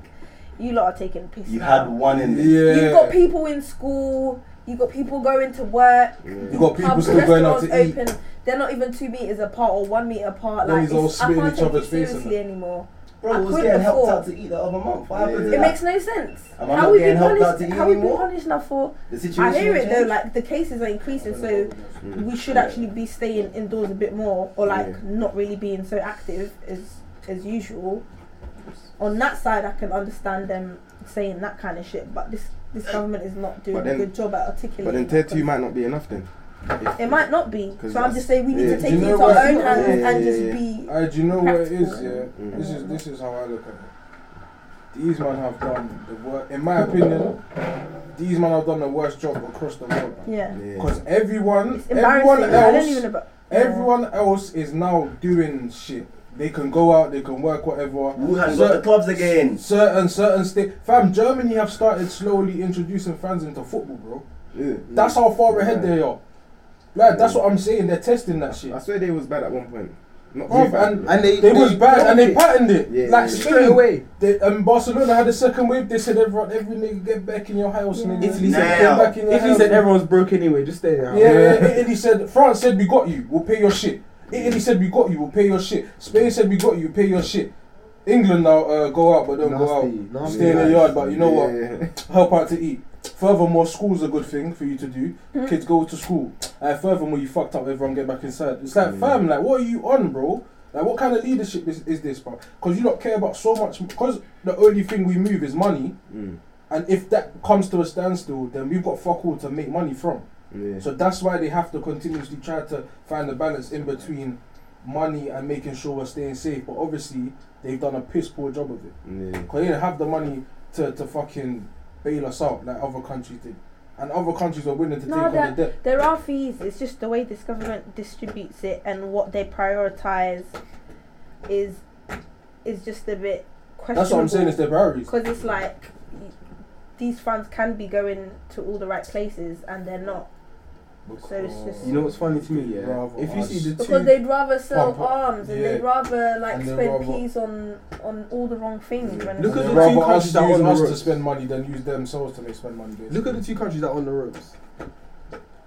you lot are taking piss.
You
now.
had one in there.
Yeah.
You've got people in school. You've got people going to work.
You got people
pubs,
still going out to
restaurants
eat.
open. They're not even two meters apart or one meter apart.
Then
Like
he's all
it's, I
spitting
can't
each
take
other's
it
face and
seriously anymore.
Bro,
I
I was
couldn't
getting helped
afford.
out to eat the other month. What happened to
It
that?
makes no sense.
Am I
how
not
we
getting
been
helped out
punished?
to eat
How we been
anymore?
punished now for?
the
I
situation
hear it though.
changed.
Like the cases are increasing, so we should actually be staying indoors a bit more, or like
Yeah.
not really being so active as as usual. On that side, I can understand them saying that kind of shit, but this this government is not doing
But then-
a good job at articulating.
But then
that
tier two might not be enough then. If-
it might not be.
'Cause
So I'm just saying we need
yeah.
to
Do
take
you
it
know
into
what?
our own hands
Yeah,
and
yeah,
just
yeah.
be.
I, do you know what it is?
Practical.
Yeah,
Mm.
this is this is how I look at it. These men have done the work, in my opinion. These men have done the worst job across the world
Yeah.
Yeah.
because everyone,
It's
everyone
embarrassing. I don't even.
else,
About,
everyone else is now doing shit. They can go out, they can work, whatever.
Wuhan got the
Cer-
clubs again.
Certain certain state, fam. Germany have started slowly introducing fans into football, bro.
Yeah.
That's how far ahead they are. Like that's what I'm saying. They're testing that shit.
I swear they was bad at one point. Not
Bruv,
Oh,
too bad.
and-
And they
They was bad and they patterned it.
Yeah,
like
yeah, yeah.
straight
straight
away.
away.
They, um, Barcelona had a second wave. They said everyone, every nigga get back in your house. Nigga.
Italy
Get
said-
back in your
If he
house.
said everyone's broke anyway, just stay there.
yeah, yeah, yeah, Italy said France said we got you. We'll pay your shit. Italy said we got you. We'll pay your shit. Spain said we got you. Pay your shit. England now uh, go out, but don't go out.
Nasty, nasty.
Stay in the yard, but you know what?
Yeah.
help out to eat. Furthermore, school's a good thing for you to do. Kids go to school. Uh, furthermore, you fucked up. Everyone get back inside. It's like, fam, like, what are you on, bro? Like, what kind of leadership is, is this, bro? Because you don't care about so much. Because the only thing we move is money,
Mm.
and if that comes to a standstill, then we've got fuck all to make money from.
Yeah.
So that's why they have to continuously try to find a balance in between money and making sure we're staying safe. But obviously, they've done a piss poor job of it.
yeah.
Because they didn't have the money to, to fucking bail us out like other countries did. And other countries are willing to
No,
take on
that-
the debt.
There are fees. It's just the way this government distributes it and what they prioritize is is just a bit questionable.
That's what I'm saying, it's their priorities.
Because it's like these funds can be going to all the right places and they're not. So it's just
You know what's funny to me, yeah?
Rather
if you see the
because
two,
they'd rather sell
Pump up.
arms and they'd
Yeah.
rather like
And they'd
spend
rather-
peas on on all the wrong things. When
Look
Look
at
at
the
the
two
rather
countries
us
that
use
won the
us to
ropes.
spend money than use themselves to make spend money. Basically.
look at the two countries that are on the ropes.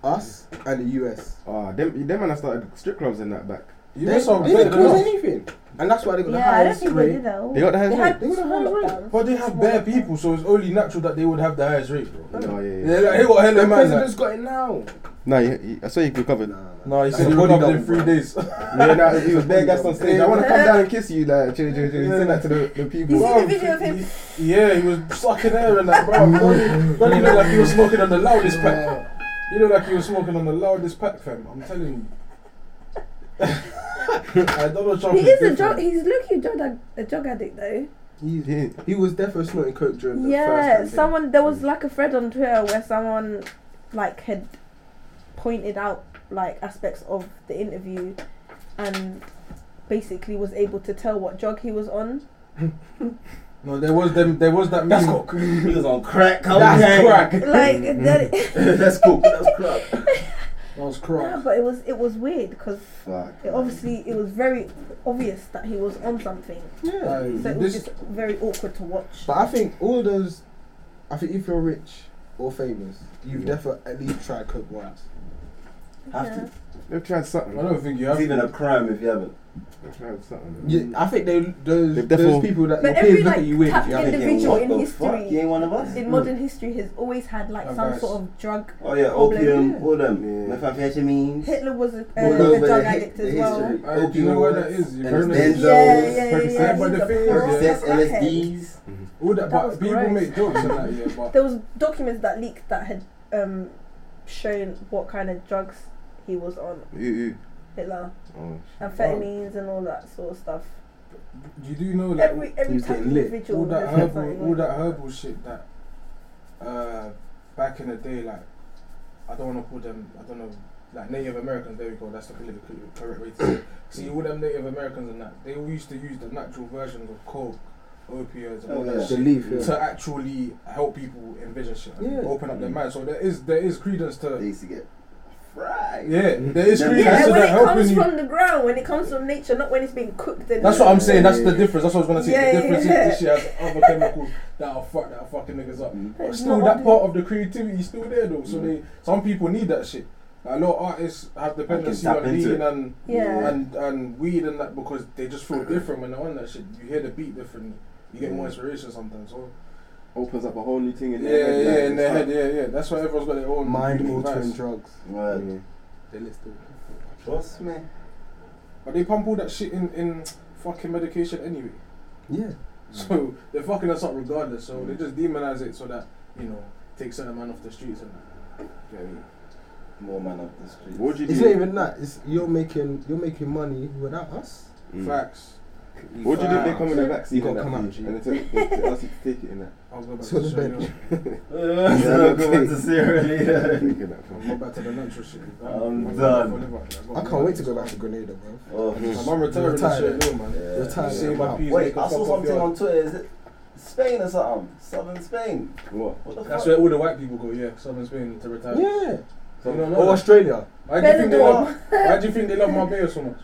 Us and the US.
Ah, them, them man have started strip clubs in that back.
you
they
guys are
they
better
didn't
than
close
us.
anything. And that's why they got the
yeah, I don't
highest
think they
rate.
did that.
They got the
They
highest
had
They got the
small
highest rate.
lockdowns.
But they have
Small
bare
lockdowns.
people, so it's only natural that they would have the highest rate, bro.
No, yeah, yeah.
Yeah, like, he got hella
The
man. Like,
president's got it now.
No, you, you, I saw you recovered.
no, he said he
That's a
got
double,
up in three
bro.
days.
yeah, no, he was bare gassed on stage. I want to come down and kiss you, like, chill, chill, chill. He said that to the, the
You
people.
see the video of him
yeah, he was sucking air and that, bro. Don't he look like he was smoking on the loudest pack? You look like he was smoking on the loudest pack, fam. I'm telling you. I Donald Trump
He
is
is a
different.
drug. He's looking drug ad- a drug addict though.
He, he was definitely snorting coke during the first Hmm.
Yeah,
campaign.
someone there was like a thread on Twitter where someone like had pointed out like aspects of the interview and basically was able to tell what drug he was on.
No, there was them. There was that.
That's
meme.
cock. He was on crack. Come
That's
gang.
crack.
Like
Hmm.
that,
That's cool. That's crack.
That was
no,
crack.
but it was it was weird because
Fuck.
it obviously it was very obvious that he was on something.
Yeah.
Like,
So it was
this
just very awkward to watch.
But I think all those, I think if you're rich or famous, you've definitely at least tried coke once.
Have to.
They've tried
I
something.
don't think you have.
It's even a crime if you haven't.
They've tried something.
Mm.
Yeah, I think they those
They've
those
definitely-
people that
But
your
every,
peers look
like,
at you with.
tap-
you
You're
have-
thinking,
Individual
what
in
the
history.
Fuck? You ain't one of us.
In modern history, has always had like some
Advice.
sort of drug.
Oh yeah,
Problem.
opium, all them,
Yeah.
methamphetamines.
Hitler was a, uh,
Well,
a
but
drug
the hi-
addict
the
as well.
history.
I, do you know where that
Opioids,
is? You
and
know that-
Denzel.
Yeah, yeah, yeah,
Percocet.
yeah.
But
he's
the
a
thing is,
fraud.
yeah.
Sex, LSDs.
All that,
That
but
was
people
gross.
make jokes and that, yeah. But
There was documents that leaked that had um, shown what kind of drugs he was on,
Ooh, ooh.
Hitler,
Oh,
amphetamines and all that sort of stuff.
you do know like
Every every
he's
type
getting
of
lit.
individual.
all that
has had
herbal,
something
all
like
that herbal shit that uh, back in the day, like I don't want to call them, I don't know, like Native Americans. There we go. That's the politically correct way to say. it. See, all them Native Americans and that they all used to use the natural versions of coke, opioids, and all
Oh,
that
yeah.
shit.
The leaf, yeah.
to actually help people envision shit, and
Yeah.
open
Mm.
up their mind. So there is there is credence
They
to
used to get fried.
yeah, there is
Yeah,
credence
Mm. Yeah,
to
when
that
it
helping
comes
you.
from the ground, when it comes from nature, not when it's being cooked. And
That's what I'm saying. That's the difference. That's what I was gonna say.
Yeah,
the difference
yeah.
is this shit has other chemicals that are fuck that are fucking niggas up.
Mm.
But
It's
still,
not
that
on
part of the creativity is still there though. So
Mm.
they some people need that shit. Like, a lot of artists have dependency
tap
on
into it.
lean and
Yeah.
and and weed and that because they just feel different when they're on that shit. You hear the beat differently. You get more inspiration sometimes. So
opens up a whole new thing in
yeah,
their head.
yeah,
like,
in their head, yeah, yeah. That's why everyone's got their own
Mind
unique
altering
vice.
drugs.
Right.
Yeah.
They list it.
Trust me.
But they pump all that shit in in fucking medication anyway.
Yeah.
So they're fucking us up regardless. So they just demonize it so that you know take certain man off the streets and that.
More man up the street.
What would you
It's
do?
not even that. It's you're making you're making money without us.
Mm.
Facts.
What would you do if they come in a vaccine?
You gotta
and that
come
for
out,
you,
G.
And they tell- they they ask you to take it in that.
I'll go back
So
to
the
Sierra
bench.
Leone.
Uh, so go back to Sierra Leone.
Taking that
I'll
from
go
you.
back to the natural shit.
I'm
I'm
done.
I can't wait to go back to Grenada, bro.
Oh,
I'm on retirement
Retired.
shit, no, man.
yeah.
Retired.
You see
Yeah.
my piece,
Wait,
make a
I saw
fuck off
something
yard.
on Twitter. Is it Spain or something? Southern Spain.
What?
What the
That's where
fuck?
all the white people go, yeah. Southern Spain to retire.
Yeah.
You don't
Oh,
know
Or
that.
Australia.
why do you think they
Benidorm.
love? Why do you think they love Marbella so much?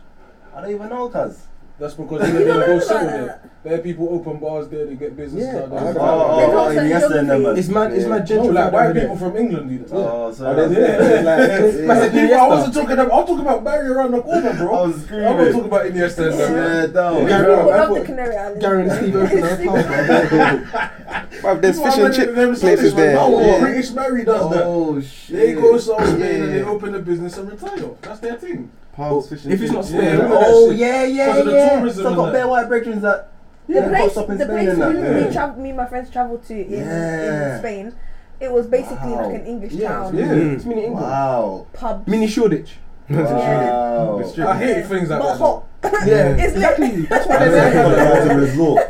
I don't even know, cuz.
That's because they're gonna go
know
settle
about
there. There are people open bars there. They get business.
Yeah.
out there.
I heard
Oh,
about
oh,
They're
oh,
not
yes,
saying
and then, man.
It's man. It's man.
No, like
gentrified
white
over there.
people from England do that.
Oh, so
Oh, Yeah.
Yeah, like,
Yeah.
I said, people, I wasn't talking about. I'm talking about Barry around the corner,
I
bro.
was
I'm not talking
screaming.
about Iniesta. and them,
Oh,
man.
Yeah, down.
Yeah.
People
I
love the
thought-
Canary Islands.
Gary and Steve open their account, bro.
Bruv, there's
That's why
fish
I'm
and
in
chip
them
places
Scottish
there.
man. No,
Yeah.
British Barry does that.
Oh
They
shit.
go South Spain and they
Yeah.
open a business and retire. That's their thing.
Palms, fish and
If it's
chips.
not
Yeah,
Spain,
yeah,
oh
that shit.
yeah, yeah,
Because of the
yeah.
tourism
So I
and
got
that.
bare white brethren that
The
Yeah,
place,
up in
the
Spain
place
and
we,
that,
we
yeah.
traveled, me and my friends traveled to in,
Yeah.
in Spain, it was basically
Wow.
like an English
Yeah,
town.
yeah.
Mm.
It's mini England.
Wow.
Pub.
Mini Shoreditch.
Wow.
It's
I
true.
hate things like
but
that.
hot.
Yeah,
It's
exactly. That's why
I
they
don't
say
know
have
if it's
that.
a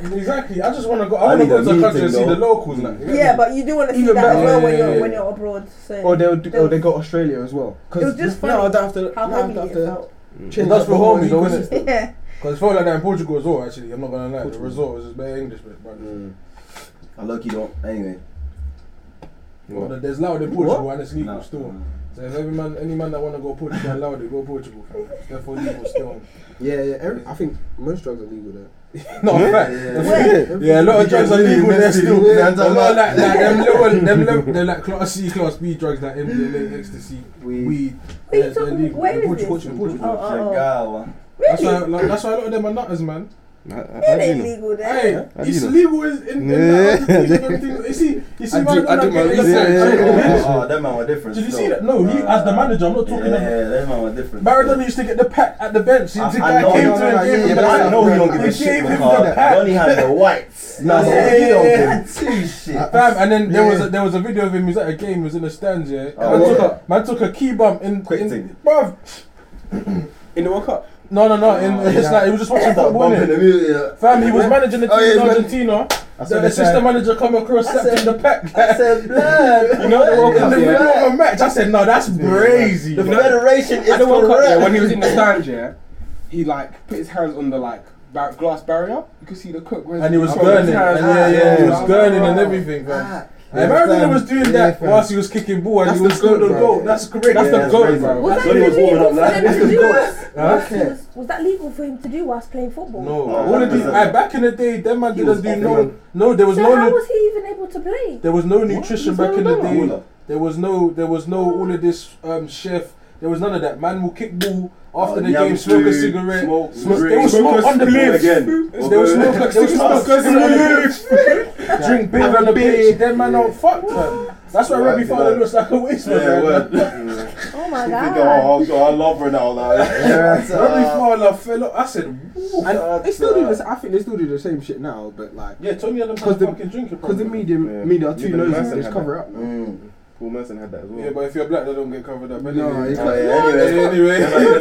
resort.
Exactly. I just want to go. I
I
want to
need
go
a
to a country and see
meeting,
the
though.
locals. Like, you get
Yeah,
me?
but you do want to see
Even
that
back-
as well when
yeah,
you're
yeah, yeah.
when you're abroad. So
Or they'll do, or they go Australia as well. Cause
It was just
No, I
funny
don't have to.
how
no, I don't
homely
have
it
to
felt.
change
Mm. That's
up
for
the
homie,
whole
though, isn't it?
Yeah.
Because it felt like that in Portugal as well. Actually, I'm not gonna lie. The resort was just bare English, but, but
Mm. I lucky don't. Anyway.
but there's loud in Portugal and it's legal
Nah.
still. So if every man, any man that wanna go Portugal and loud, they go Portugal. fam. It's Therefore, legal still.
Yeah, yeah. Every, I think most drugs are legal there.
No,
Yeah.
fact.
Where?
Yeah, a lot of drugs are legal there still.
Yeah,
A lot of like, like them little, them little, they're like class C, class B drugs like MDMA, ecstasy,
We,
weed.
What are you
Yeah,
talking-
they're legal.
where
In
is
Portugal,
this?
in Portugal.
Oh, oh, oh.
Chagawa.
That's why,
Really?
like, that's why a lot of them are nutters, man.
I- I- I
It
do
ain't
know.
legal there.
Hey,
I do
it's
know.
legal in, in, in
Yeah.
that other thing and everything. You see, you see,
I
man,
do- I
not
do my
getting
research.
the
Oh,
same-
oh, oh, them man were different.
Did you
still.
see that? No, he
Nah.
as the manager, I'm not talking
Yeah,
about.
them man were different.
Maradona used to get the pack at the bench. He
I,
the
I
guy
know,
came
no, no,
to
no,
him,
yeah,
gave him
but
the
I
pack.
know he don't give
He
a shit
gave him the
because
pack.
he only had the whites. Nah,
Yeah,
he don't
yeah,
give two shit.
Fam, and then there
Yeah.
was a, there was a video of him. He was at a game. He was in the stands. Yeah, and
Oh,
man, took
yeah.
a, man took a key bump in.
Quick
in,
thing.
bruv.
in the World Cup.
No, no, no. In,
Oh,
it's
yeah.
like he was just watching
Stop
football.
bumping
innit?
the music. yeah.
Fam, he was managing the team
Oh, yeah,
in
he's managing-
Argentina. The
I saw this guy-
assistant manager come across,
I
slapped
said-
him the pack.
I said, blood.
You know, they woke up in the
Yeah.
middle of a match. I said, no, that's crazy.
The
bro.
federation is
At the World Cup, yeah, when he
corrupt.
was in the stand, yeah, he like put his hands on the like bar- glass barrier. You could see the cook was
And he was
I put his
gurning.
hands-
And yeah, yeah, he was
Ah,
gurning and everything, fam.
Ah.
And Maradona was doing
Yeah,
that
fam.
whilst he was kicking ball and
That's
he was
the
still
goat,
the
bro.
goal. That's correct.
Yeah,
that's the
that's
goal,
crazy.
bro.
Was that
That's when he was
legal
warming up,
for
like,
them
that's
to
the
do?
goal.
Was-
Huh?
Was, was that legal for him to do whilst playing football?
No,
Oh,
all of these,
100%.
aye, back in the day, them man
He was
didn't do
off,
no,
man.
no. There was
So
no,
how
nu-
was he even able to play?
there was no nutrition
He's
back in the
Maradona.
day. There was no, there was no all of this um, chef. There was none of that. Man will kick ball after
Oh,
the
yam
game, smoke a
food,
cigarette.
smoke,
smoke-
drink,
they will
smoke
smoke
a
on the
spliff
pitch.
again.
They will smoke, they will smoke a cigarette. Drink beer on the pitch. Them man don't fuck. fam. That's why
Right,
Robbie
you
Fowler
know.
looks like a waste
Yeah,
man.
word.
Oh my
You
god.
think, oh, oh, I love her now. Like, That's,
Robbie
uh,
Fowler fell off. I said,
And they still do
uh,
this. I think they still do the same shit now, but like,
yeah, Tony Adams
Cause
has
the-
fucking drinking
because the
problem.
media,
Yeah.
media are
Even
too nosy,
Manson
they just
had
cover it up. now.
mm.
Paul Merson had that as well.
Yeah, but if you're black, they don't get covered up.
No,
anyway.
it's
Oh,
like,
yeah, anyway,
Anyway,
anyway,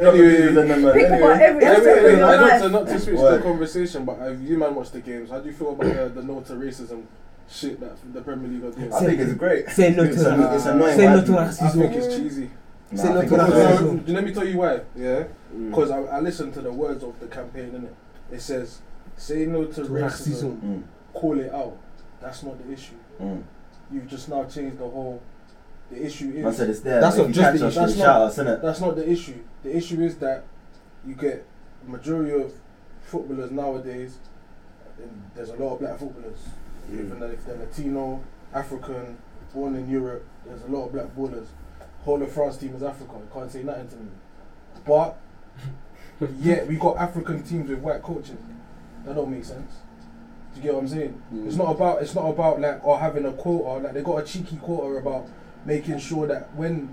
anyway, anyway.
Think about every
Anyway,
aspect of your
I not to,
life.
not to switch the
Word.
conversation, but if you man watch the games, how do you feel about the, the no to racism shit that the Premier League are doing?
I think it's great.
Say no
It's, an, it's annoying.
Say
why
no to
people-
us.
I think it's cheesy.
Nah,
Say
I
no
think
to
it's
us.
great.
Because, let me tell you why. Yeah,
Mm.
because I, I listened to the words of the campaign in it. It says, "Say no to racism.
Mm,
Call it out." That's not the issue.
mm.
You've just now changed the whole. The issue is
Man said it's there.
That's
but
not
if you
just
catch
the
us,
issue.
then shout us, innit?
That's not the issue. The issue is that you get majority of footballers nowadays. And there's a lot of black footballers, even if they're Latino, African, born in Europe. There's a lot of black ballers. Whole of France team is Africa. You can't say nothing to me. But yet we got African teams with white coaches. That don't make sense. Do you get what I'm saying? It's not about it's not about like or having a quota. Like they got a cheeky quota about making sure that when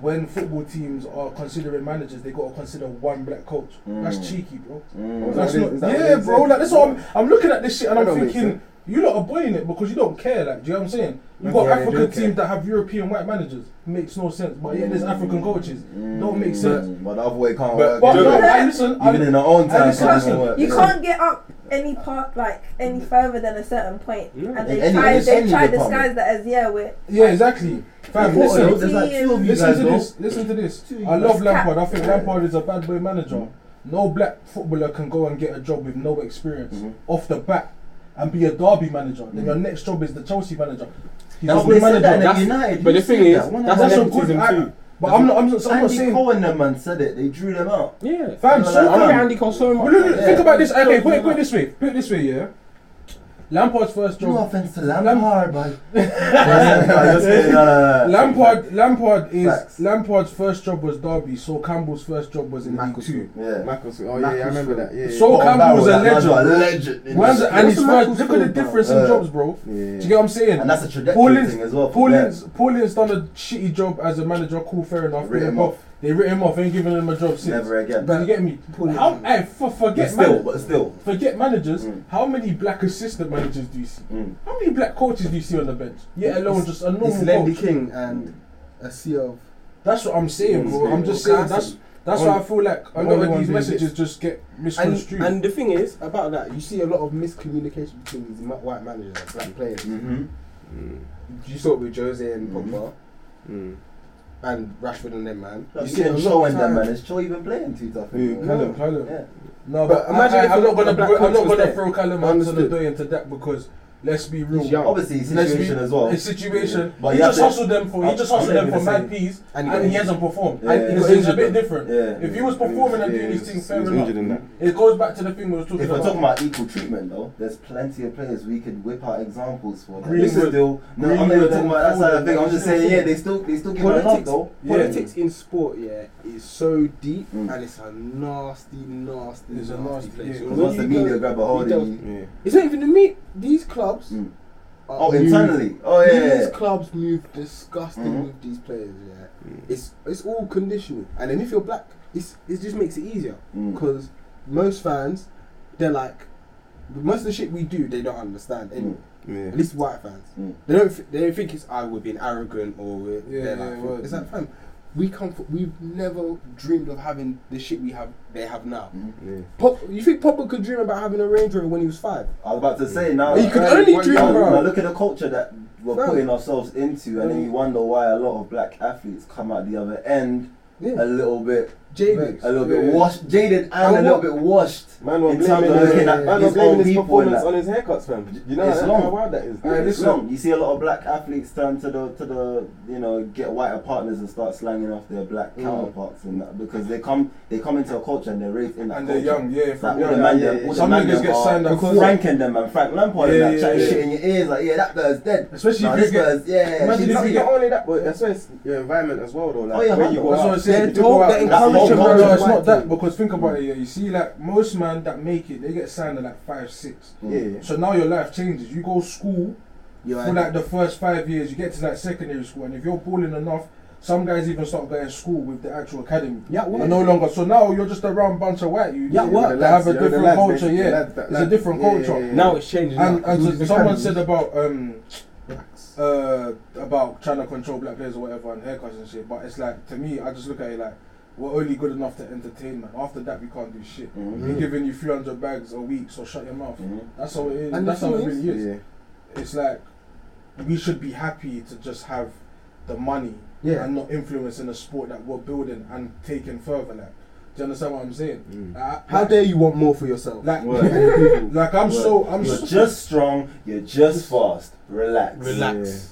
when football teams are considering managers, they got to consider one black coach. That's
Mm.
cheeky, bro.
Mm.
That's
what it
not,
is? Is that what
yeah,
it is?
bro. Like that's what I'm. I'm looking at this shit and
That
I'm
don't make
thinking,
sense.
you lot are boiling it because you don't care. Like, do you know what I'm saying? You got
Yeah, they
African
don't care.
teams that have European white managers. Makes no sense. But yeah,
Mm.
there's African coaches. Don't make sense.
But the other way can't work.
But, but
innit?
no,
Yeah.
I listen. I,
Even in our own
I
time,
listen,
can't even
listen,
work.
You
innit?
can't get up any part like any further than a certain point, and they
In any-
try
in
they
any
try to
department.
disguise that as yeah we're
yeah, exactly. Fam,
What,
listen.
though? There's like two of you
Listen
guys,
to
though.
this. Listen to this. I love Lampard. I think Lampard is a bad boy manager. No black footballer can go and get a job with no experience
Mhm.
off the bat and be a Derby manager. Then your next job is the Chelsea manager. He's
That's
a good
what they said
manager.
that at United.
But
You
the thing
said
is,
that. One
that's
of
That's
them-
a good.
nepotism
I,
too.
but I'm not. I'm not, I'm not
Andy
saying.
Cole and them man said it. They drew them out.
Yeah.
Fam, so
I
Like, "Oh,
love
come.
Andy Cole so
Well,
much.
look, look,
Yeah.
Think about this. Okay,
Yeah.
put it, put it this way. Put it this way. Yeah. Lampard's first
No
job.
offense to
Lampard,
Lampard, but I just kidding, no,
uh,
no, no.
Lampard. Lampard is
Facts.
Lampard's first job was Derby. So Campbell's first job was in League Two.
Yeah.
Macclesfield. Oh, yeah, yeah, I remember that. Yeah, yeah.
So- Cole Campbell's a
That man's
legend.
A legend. in
Man's-
this
and
shit.
his first. Look at the difference in
Uh,
jobs, bro.
yeah, yeah.
Do you get what I'm saying?
And that's a trajectory
Paulin's-
thing as well. for them.
Paulin's Paulin's done a shitty job as a manager. Cool, fair enough.
Written
yeah,
him
but
off.
They written him off, ain't giving him a job since.
Never again.
But you get me? How, hey, f-
But
forget
still,
man-
but still.
forget managers.
Mm.
How many black assistant managers do you see?
Mm.
How many black coaches do you see on the bench? Yet alone,
It's-
just a normal
It's Lenny
coach.
King and a sea of.
That's what I'm saying, bro. I'm just saying that's that's why I feel like a
Only
lot of
one
these
doing
messages
this.
just get
And,
misconstrued.
and the thing is about that, you see a lot of miscommunication between these ma- white managers and black players.
Mm-hmm.
Mm.
You saw it with Jose and Pogba
Mm.
and Rashford and them man.
You
you
see
see a
him
lot of
showing them,
time.
man. Is Cho even playing too tough?
Who, Callum, Callum.
Yeah.
No,
But
but,
imagine
imagine I,
if
I, I'm
the-
not gonna
the black
bro- I'm
coach
not
was
gonna
there.
throw Callum
Understood.
Antonio into that because let's be real.
He's young.
Obviously, his
Let's be-
situation as well.
His situation,
But
he
you have
just
to-
hustled them for he
I'm-
just hustled
I'm
them for
gonna
mad
say-
peas, and,
And he got
he hasn't performed.
Yeah.
And
He
it's,
got
it's a
injured,
bit
though.
different.
Yeah.
If he was performing and doing these things,
he
fair
was
enough.
injured in that.
It goes back to the thing we were talking
If we're
about.
talking about equal treatment, though, there's plenty of players we could whip out examples for. Like, this is
Greenwood.
still. No, I'm not even
Greenwood
talking about
and
that side of thing. I'm
Foden.
just saying, yeah, they still, they still give it a knock,
Politics.
though.
Yeah.
Politics in sport, yeah, is so deep
Mm.
and it's a nasty, nasty,
It's a
nasty
nasty-
place.
yeah.
When
Because once
you
the media
go-
grab a hold
you
of
don't-
you.
Yeah.
it's not even the meet. These clubs.
Mm.
are
Oh,
moved-
internally. Oh, yeah, yeah.
These clubs move disgusting
Mhm.
with these players. Yeah,
Mm.
it's it's all conditioning, and then if you're black, it's, it just makes it easier
Mm.
because most fans, they're like, most of the shit we do, they don't understand. Anyway, at
Yeah.
least white fans,
Mm.
they don't th- they don't think it's I we're being arrogant or we're
Yeah,
they're
yeah,
like,
word.
it's like fam, we come from, we've never dreamed of having the shit we have they have now.
Mm.
Yeah.
Pop, you think Pogba could dream about having a Range Rover when he was five?
I was about to say now.
You can
now-
only
now-
dream,
now
bro.
Look at the culture that we're
Bro.
putting ourselves into, and then you wonder why a lot of black athletes come out the other end a
Yeah,
little bit,
Jaden.
a little
Yeah.
bit washed, jaded, and,
And
a little
what-
bit washed.
Man was
In terms
blaming,
of
his,
looking at
man was
his own
blaming his
people and
performance
that.
on his haircuts, fam. You know
It's
that,
long.
how wild that is.
Alright,
It's
listen.
long.
You see a lot of black athletes turn to the to the you know get whiter partners and start slanging off their black
Mm.
counterparts and that because they come they come into a culture and they're raised in that
and they're
culture.
young, yeah.
Like
From
all
young,
the man,
yeah,
them-
yeah.
all the
Some
man
niggas
them
get
are
signed up
because
for-
Franking them and Frank Lampard
Yeah,
and that
yeah,
chatting
yeah.
shit in your ears like yeah that girl's dead.
Especially
Nah,
if
this
you get.
girl's yeah.
Imagine
she's
not,
easy.
not only that, but that's why it's your environment as well, though. Like,
Oh, yeah,
when you go
That's what
out,
I'm saying.
They're told
People
that
are-
encourage
That's
them
not-
to
No,
go
it's
white
not that
team.
because think about it. Yeah, you see, like most man that make it, they get signed at like five, six.
yeah.
So now your life changes. You go school
You're
for like the first five years. You get to like secondary school, and if you're balling enough, some guys even start going to school with the actual academy.
yeah, what?
And no longer. So now you're just a round bunch of white. You
Yeah,
you
what?
They
The lads,
have a
yeah, the
different
lads,
culture.
basically,
Yeah,
the lads that-
it's a
like-
different
yeah,
culture.
yeah, yeah.
Now it's changing.
And,
now.
and
It's
so- someone
academies.
said about um,
Blacks.
uh, about trying to control black players or whatever and haircuts and shit. But it's like to me, I just look at it like we're only good enough to entertain, man. After that, we can't do shit.
Mhm.
We're giving you 300 bags a week, so shut your mouth.
Mhm.
That's how it is.
And
That's
the
how it
thing
Mm-hmm.
really is.
Yeah.
It's like we should be happy to just have the money
Yeah.
and not influence in the sport that we're building and taking further. Like, do you understand what I'm saying? Uh,
Mm.
Like,
How dare you want more for yourself?
like,
Word.
like I'm so I'm
You're
so,
just strong. You're just fast. Relax.
Relax.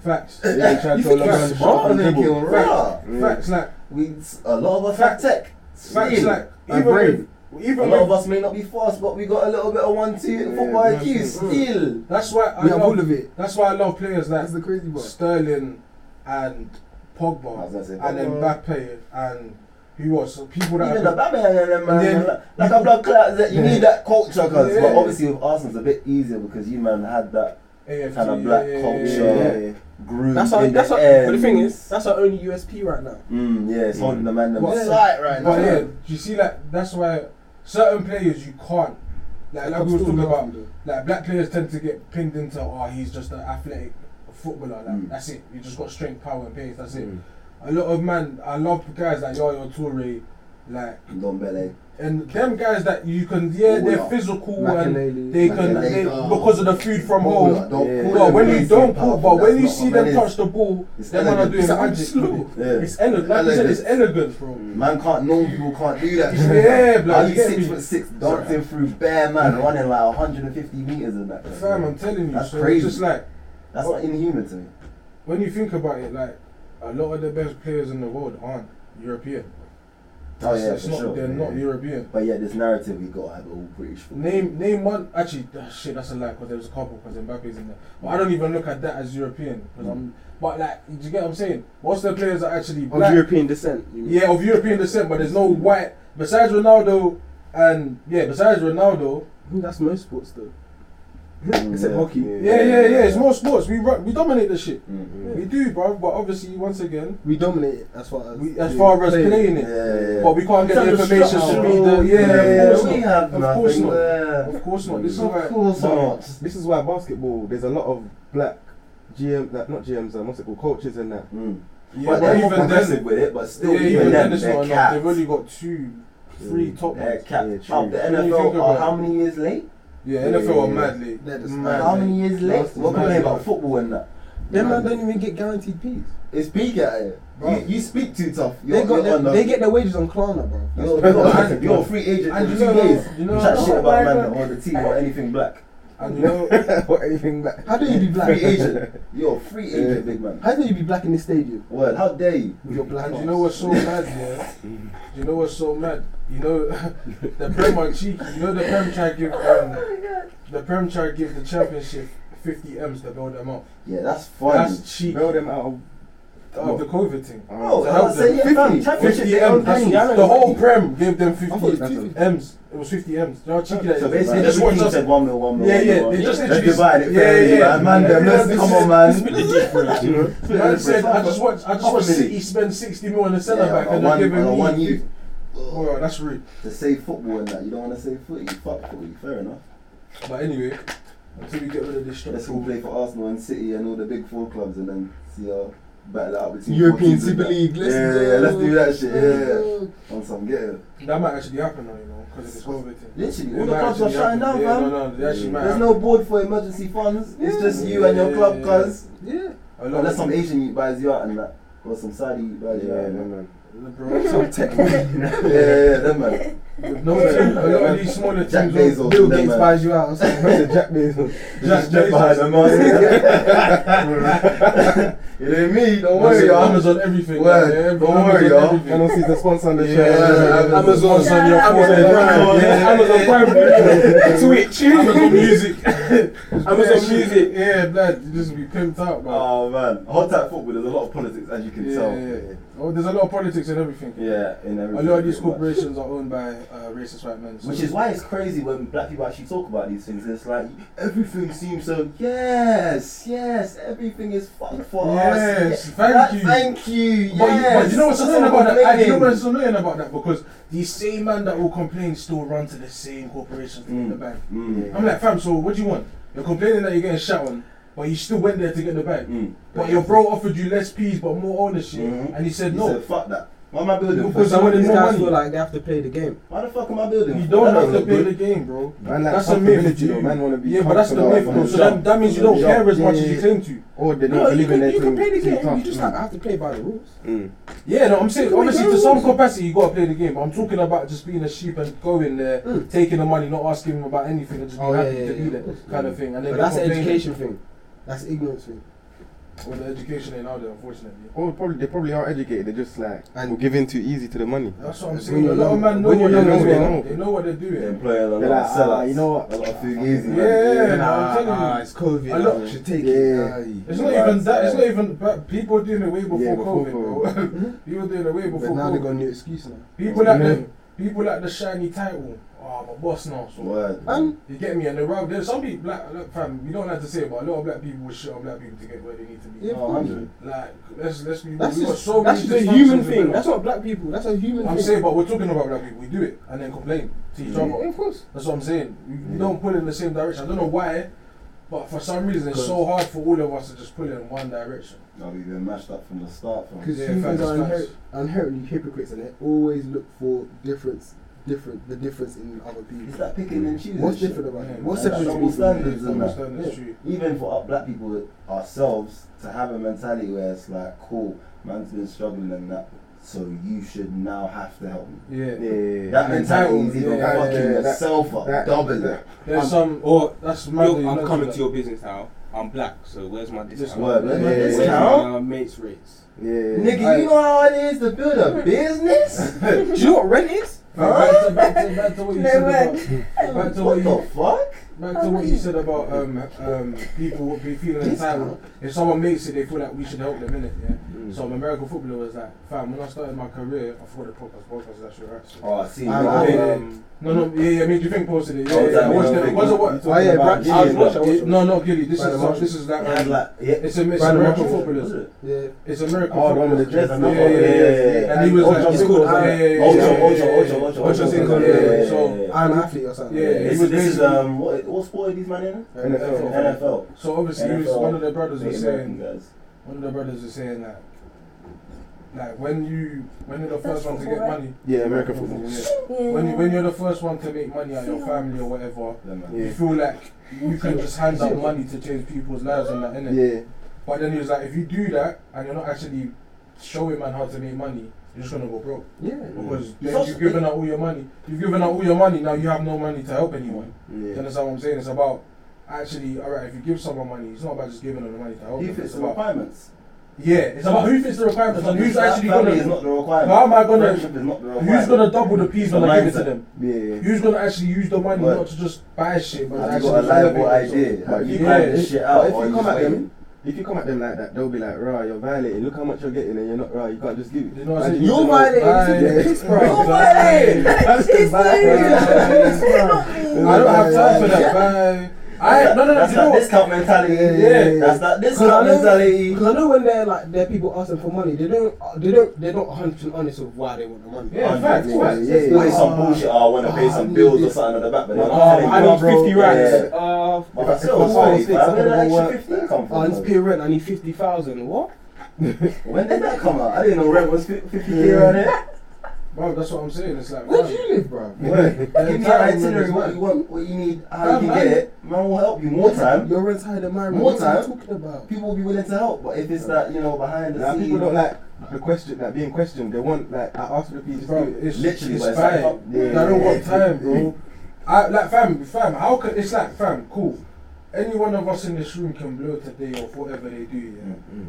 facts.
Yeah.
They ain't trying
You
to
think
tell a
you're
man to shut
Smart
up and
than
dribble.
Gil
Facts.
Rock.
Facts like.
We a lot of us have tech.
Facts
Yeah.
like
And
even
brave.
with,
a
even
lot of
with,
us may not be fast, but we got a little bit of one two
Yeah,
football
yeah,
IQ still.
that's why I
We have
love,
all of it.
that's why I love players like
That's the crazy part.
Sterling and
I was
Pogba
gonna say,
Oh. and Mbappe and who else? People
Even
that I
the
could-
Batman and them,
And
man,
then-
like, like a blood clot, that you need that culture, cause
Yeah.
but obviously with Arsenal's a bit easier because you man had that
AFG,
kind of black
yeah, yeah,
culture
yeah, yeah.
groove
Mm,
That's
in
our.
the
That's our.
end.
But the thing is, that's our only USP right now.
mm, yeah, it's holding the man them
But-
tight right
But
now.
yeah, you see, like that's why certain players you can't. Like, like we were talking about, like black players tend to get pinned into, oh, he's just an athletic footballer. Like
Mm.
that's it. You just got strength, power, and pace. That's it.
Mm.
A lot of man, I love guys like Yaya Toure, like
Dombele.
And them guys that you can, yeah,
Ball
they're
up.
um,
physical and
Makelele.
they can,
Makelele.
they,
Oh.
because of the food from
Ball
home.
up, don't
Yeah.
call
But
them
when you
basic
don't pull,
powerful,
but when
that's
you
not
see
what
them
men
touch
is.
the ball,
It's
them man are
elegant.
doing
It's
magic.
slow.
with it.
Yeah.
It's elegant, like you said, it's elegant, bro.
Man can't, no people can't do that.
Yeah, blood,
Are
you
you
get
six
me?
foot six dancing through bare man, running like 150 meters and that?
Fam, I'm telling you,
That's
so
crazy.
it's just like
That's not inhuman to me.
when you think about it, like a lot of the best players in the world aren't European.
Oh
It's-
yeah,
it's
for
not,
sure.
they're not European.
But yeah, this narrative we gotta have all British. football.
Name name one actually ah, shit that's a lie because there's a couple because Mbappe's in there but I don't even look at that as European 'cause I'm but like do you get what I'm saying most of the players are actually
Of
black
European descent. you mean?
yeah of European descent but there's no white besides Ronaldo and yeah besides Ronaldo
That's most sports though. Except hockey.
Yeah, yeah, yeah. It's more sports. We run, we dominate this shit.
Mm-hmm.
We do, bro. But obviously, once again,
We dominate it as far as
we, as far as playing
Yeah,
it,
yeah.
but we can't get
Trying
the
to
information
shut
to
out.
read the. Yeah,
yeah,
of course
we
not.
have
Of course
nothing
not.
there.
Of course not. This is
Of
why.
course
But
not.
This is why basketball. There's a lot of black GM, like, not GMs, um, what's it called, coaches and that.
Mm.
Yeah,
But
but
they're more
even
progressive
then,
with it, but still,
yeah, even then, it's
they're Mm.
not enough. They've
capped.
only got two, three top
They're
ones.
capped.
Yeah, true.
Oh, the
When you think
NFL
about
are
it.
how many years late?
Yeah,
Yeah,
NFL are
yeah,
mad late.
They're just
Mad
how
late.
many years late?
Last
We're
is mad
complaining
late.
about football and that.
Them man don't even get guaranteed peas.
It's peak out here.
Bro.
You, you speak too tough.
They
You're,
got
you're
their,
on the-
they get their wages on Klarna, bro.
You're, you're, you're a free agent
And
in
you
two
know-
days.
you
You
know-
chat shit
Oh
about
my
man
God.
that or the team or anything black.
And you know,
or anything like.
How do you be black?
Free agent. You're a free agent,
Yeah.
big man.
How do you be black in this stadium
Word, how dare you?
with your black?
And you
arms?
know what's so mad, yeah? You know what's so mad? You know, the Prem are cheeky. You know the Prem try to give
oh
um, the Prem try to give the championship 50 m's to build them up.
Yeah, that's funny.
That's cheap.
Bail them out of.
Of the COVID thing.
Bro,
Oh.
to
I
help
was saying,
them.
yeah, fam,
50,
championship,
50
they own
m's. That's,
things.
the whole Prem gave them 50
I thought it was
50 m's. It was 50 m's. You know how cheeky that is?
So basically,
They just
every
want
team
us-
said one mil, one mil,
Yeah,
one
yeah,
mil, one
they
mil.
just
Let's
introduced-
divide it
yeah,
fairly,
yeah.
man. Man,
Yeah,
them,
yeah,
let's-
this
come
is-
on, man.
this is the difference, you know? Man said, I just want, I just want
Obviously.
City spend 60 mil on a centre
Yeah,
back
on
and
one-
they're giving
on
me.
one year.
Well, that's rude.
To say football and that, you don't want to say footy. Fuck footy, fair enough.
But anyway, until we get rid of this
Let's
structure.
all play for Arsenal and City and all the big four clubs and then see how battle out between
European
14s and
Super
that.
League. Let's
yeah,
go.
yeah, let's do that shit. Yeah, yeah. on some get it.
That might actually happen now, you know, because of this COVID thing.
Literally,
It
all the
might
clubs are
actually
shutting down,
happen. yeah,
man.
No, no, they actually might
There's no board for emergency funds. It's just you and your
Yeah,
club,
yeah,
cuz.
Yeah.
happen. A lot
Unless
of-
some Asian you buys you out and that, or some Saudi you buys you out. and that.
bro,
Some tech.
yeah, yeah, them man.
with no, a lot of these smaller teams.
Jack
don't-
Bezos.
Bill
them
Gates
man.
buys you out. or something.
Jack Bezos.
Just get behind the mask. you know me, don't worry,
Amazon,
y'all.
Amazon everything.
Word.
Yeah,
Don't
Amazon
worry, y'all.
everything.
And also the sponsor on the
Yeah,
show.
Amazon.
Amazon's on your
Amazon
Amazon
Prime.
Prime. Yeah, Amazon Prime Video, Twitch, Amazon Music, Amazon
shit.
Music. Yeah, blood, you just be pimped out, bro.
Oh man, hot tap football. There's a lot of politics, as you can
Yeah,
tell.
yeah, yeah. Oh, there's a lot of politics and everything.
Yeah, in
A
everything.
lot of these
pretty much.
corporations are owned by uh, racist white men. so-
Which is why it's crazy when black people actually talk about these things. It's like everything seems so yes, yes, everything is fun for us.
Yes, thank
That-
you.
Thank you. Yes.
But, but you know what's
That's
annoying
what
about
I'm
that? I, you know
blaming.
what's annoying about that? Because these same men that will complain still run to the same corporations to get the
Mm.
bag.
Mm.
I'm like, fam, so what do you want? You're complaining that you're getting shot on, but you still went there to get the bag.
Mm.
But your bro offered you less peas but more ownership,
Mhm.
and he said
He
no.
said, fuck that. Why am I building?
Because
for
Because some of
wanted
these
more
guys
money.
feel like they have to play the game.
Why the fuck am I building?
you
for?
don't
That
have to
doesn't
play
look
the
good.
game, bro.
Man, like
That's a myth.
comfortability, though. Man wanna be
yeah, but that's the
comfortable from
myth. though.
the
So
jump.
that, that means you
From
don't
the
care
jump.
as much
Yeah,
as you
yeah.
claim to.
Or they don't
No, you
believe
can,
in their
you can
team.
play the
Too
game. You
tough.
just like, I have to play by the rules.
Mm.
Yeah, no, I'm saying
You can
obviously
make
to
your
some
rules.
capacity you gotta play the game. But I'm talking about just being a sheep and going there,
Mm.
taking the money, not asking them about anything, and just being
Oh, yeah,
happy
yeah,
to
yeah,
be
of
there,
course.
kind of thing. And then
But
they're
that's an
complaining.
education thing. That's an ignorance thing.
Well, the education ain't out there, unfortunately.
Or probably they probably are educated. They're just like
And-
will give in too easy to the money.
That's what I'm
When
saying. A
you're
lot of
young-
men know
when
what
you're
they're
young as
doing.
well.
They know what they're doing.
Yeah, employer, a lot
They're
of
like, ah,
sellouts.
you know what?
A lot of too easy.
Yeah,
man.
no, I'm telling
ah,
you.
it's COVID.
I know.
man. You should take
Yeah.
it. Aye.
It's not even that. It's not even but people were doing it way before
Yeah, before
COVID. Bro. people doing it way
But
before
now they
COVID.
got a new excuse now.
people like the people like the shiny title. Oh, my boss now. So
Word.
And
you get me? And they're rather there's some people black look, fam. We don't like to say, it, but a lot of black people will shit on black people to get where they need to be.
Yeah, of
Oh,
course.
I'm-
Like let's let's be. real,
that's
we got
just,
so
that's
many
just a
dysfunctions in
human
the
thing.
world.
That's not black people. That's a human
I'm
thing.
saying, but we're talking about black people. We do it and then complain to each
Yeah.
Yeah,
other.
of course.
That's what I'm saying. We, we
Yeah.
don't pull in the same direction. I don't know why, but for some reason it's so hard for all of us to just pull in one direction.
Oh, we've been mashed up from the start. From
Because
Yeah,
humans
facts,
are
facts.
inherent, inherently hypocrites and they always look for difference, different, the difference in other
it's
people.
that picking and choosing.
What's
shit.
different about
Yeah,
it? What's
that's
different
double
between
standards and that.
Understand this true.
Even for us black people ourselves to have a mentality where it's like, cool, man's been struggling and that, so you should now have to help me.
Yeah.
Yeah.
That mentality is even
Yeah,
fucking
yeah, yeah, that-
yourself up,
that-
doubling.
that-
There's
I'm-
some. oh,
or
that's mad that
Yo,
you
I'm
know
coming
that.
to your business now. I'm black, so where's my
This
discount?
word, man.
Yeah, yeah,
Where's
yeah.
my uh, mates' rates?
Yeah.
Nigga, you know how it is to build a business?
Do you know what rent is?
Back to, back to, back to what you
No
said
word.
about. Back
what
to what
the
you.
fuck?
Back to what you said about um um people would be feeling entitled. If someone makes it, they feel like we should help them in it. Yeah.
Mm.
Some American footballer was like, fam, when I started my career, I thought the podcast podcast was actually right. So.
Oh, I see.
I-
I
I-
think-
Um, no, no, yeah, yeah, I mean, do you think posted it? Yeah,
Oh,
yeah,
that
I watched
Miguel
it. Was it
thing.
what?
Oh, yeah, Brad
I was
Gillian.
watching-
Watch it, watch it.
No, not Gilly. This
Brad,
is
watch it.
this is that.
And
um,
like, yeah.
It's a it's
Brad,
American
watch it.
Was
footballers.
it?
Yeah.
It's American
Oh, the one with the dreads.
footballers.
Yeah,
and the-
yeah, yeah,
yeah, yeah.
And he was
Ojo
like,
Cinco,
He's called
yeah,
Ojo,
yeah, yeah,
Ojo,
yeah,
Ojo, Ojo, Ojo,
Ocho
Ojo.
Cinco,
Yeah,
yeah,
yeah,
yeah,
so-
yeah.
I'm an athlete or something.
Yeah,
This
he
is-
was
this is
basically-
um what what sport are these man in?
And that's all.
NFL.
So obviously, he was,
NFL.
one of their brothers was
Native
saying,
American guys.
one of the brothers was saying that, like when you when you're the
That's
first one to
football,
get
right?
money,
Yeah, American football.
yeah.
Yeah.
When you when you're the first one to make money out of your
Yeah.
family or whatever,
Yeah, man.
Yeah.
you feel like you can just hand out money to change people's lives and that innit.
Yeah.
But then he was like, if you do that and you're not actually showing man how to make money, you're just gonna go broke
Yeah.
Mm.
because then
So-
you've given out all your money. You've given out all your money now. You have no money to help anyone. You
Yeah.
understand what I'm saying? It's about actually, all right. If you give someone money, it's not about just giving them the money to help.
He
them.
fits
It's
the
about
requirements.
Yeah, it's about who fits the requirements and who's actually
Family is
gonna
not the requirement.
How am I gonna-
Friendship is not the
who's
requirement.
gonna double the peas when I give it to them.
Yeah.
Who's gonna actually use the money
But-
not to just buy shit, but
Have you
actually
got a liable
elevate yourself?
idea? Have you
Yeah.
planned this shit out?
But if
or
you
you
come
just
at them-
waiting?
If you come at them like that, they'll be like, "Rah, you're violating. Look how much you're getting, and you're not rah. You can't just give it."
You know what I'm
And
saying?
you
You're
don't know.
violating.
Right.
You're
Oh
piss, bro.
You're
violating. That's the
She's
bad
serious.
I don't have time for that, man. I no no no.
That's
You know
that
what?
discount mentality.
Yeah, yeah, yeah.
That's that
Because I
discount mentality.
know, 'cause I know when they're like their people ask them for money, they don't, uh, they don't, they're not 100 percent honest with why they want the money.
Yeah,
Yeah,
facts,
yeah,
facts.
yeah, yeah.
What is some
Ah,
bullshit? Oh, I want to pay
ah, I
some
need
bills or
this.
something at the back, but they're
Oh,
not telling
Uh, I
you.
need
bro.
50
racks.
Uh,
But
If I-
that's still
if I
forty,
was six,
fam.
I
Where did
could've
that
worked.
extra 50 come
I need to
from?
pay rent. I need fifty thousand. What?
When did that come out? I didn't know rent was 50k around here.
Bro, that's what I'm saying. It's like
Where do
man,
you live, bro?
their
Give me an
time is
itinerary, what
money.
you want, what you need, how
Fam,
you can
man.
get it. Man will help you more time.
Your rent's higher than mine.
More
What are you
time?
talking about?
People will be willing to help, but if it's that, you know, behind the
Nah, people
scenes,
don't like the question, like being questioned. They want like I asked for the piece.
Bro, it's
Literally,
it's
but it's like,
fine.
fuck,
yeah,
I don't want
yeah.
time, bro. I like fam, fam. How could it's like fam? Cool. Any one of us in this room can blow today or whatever they do.
Mm,
Yeah.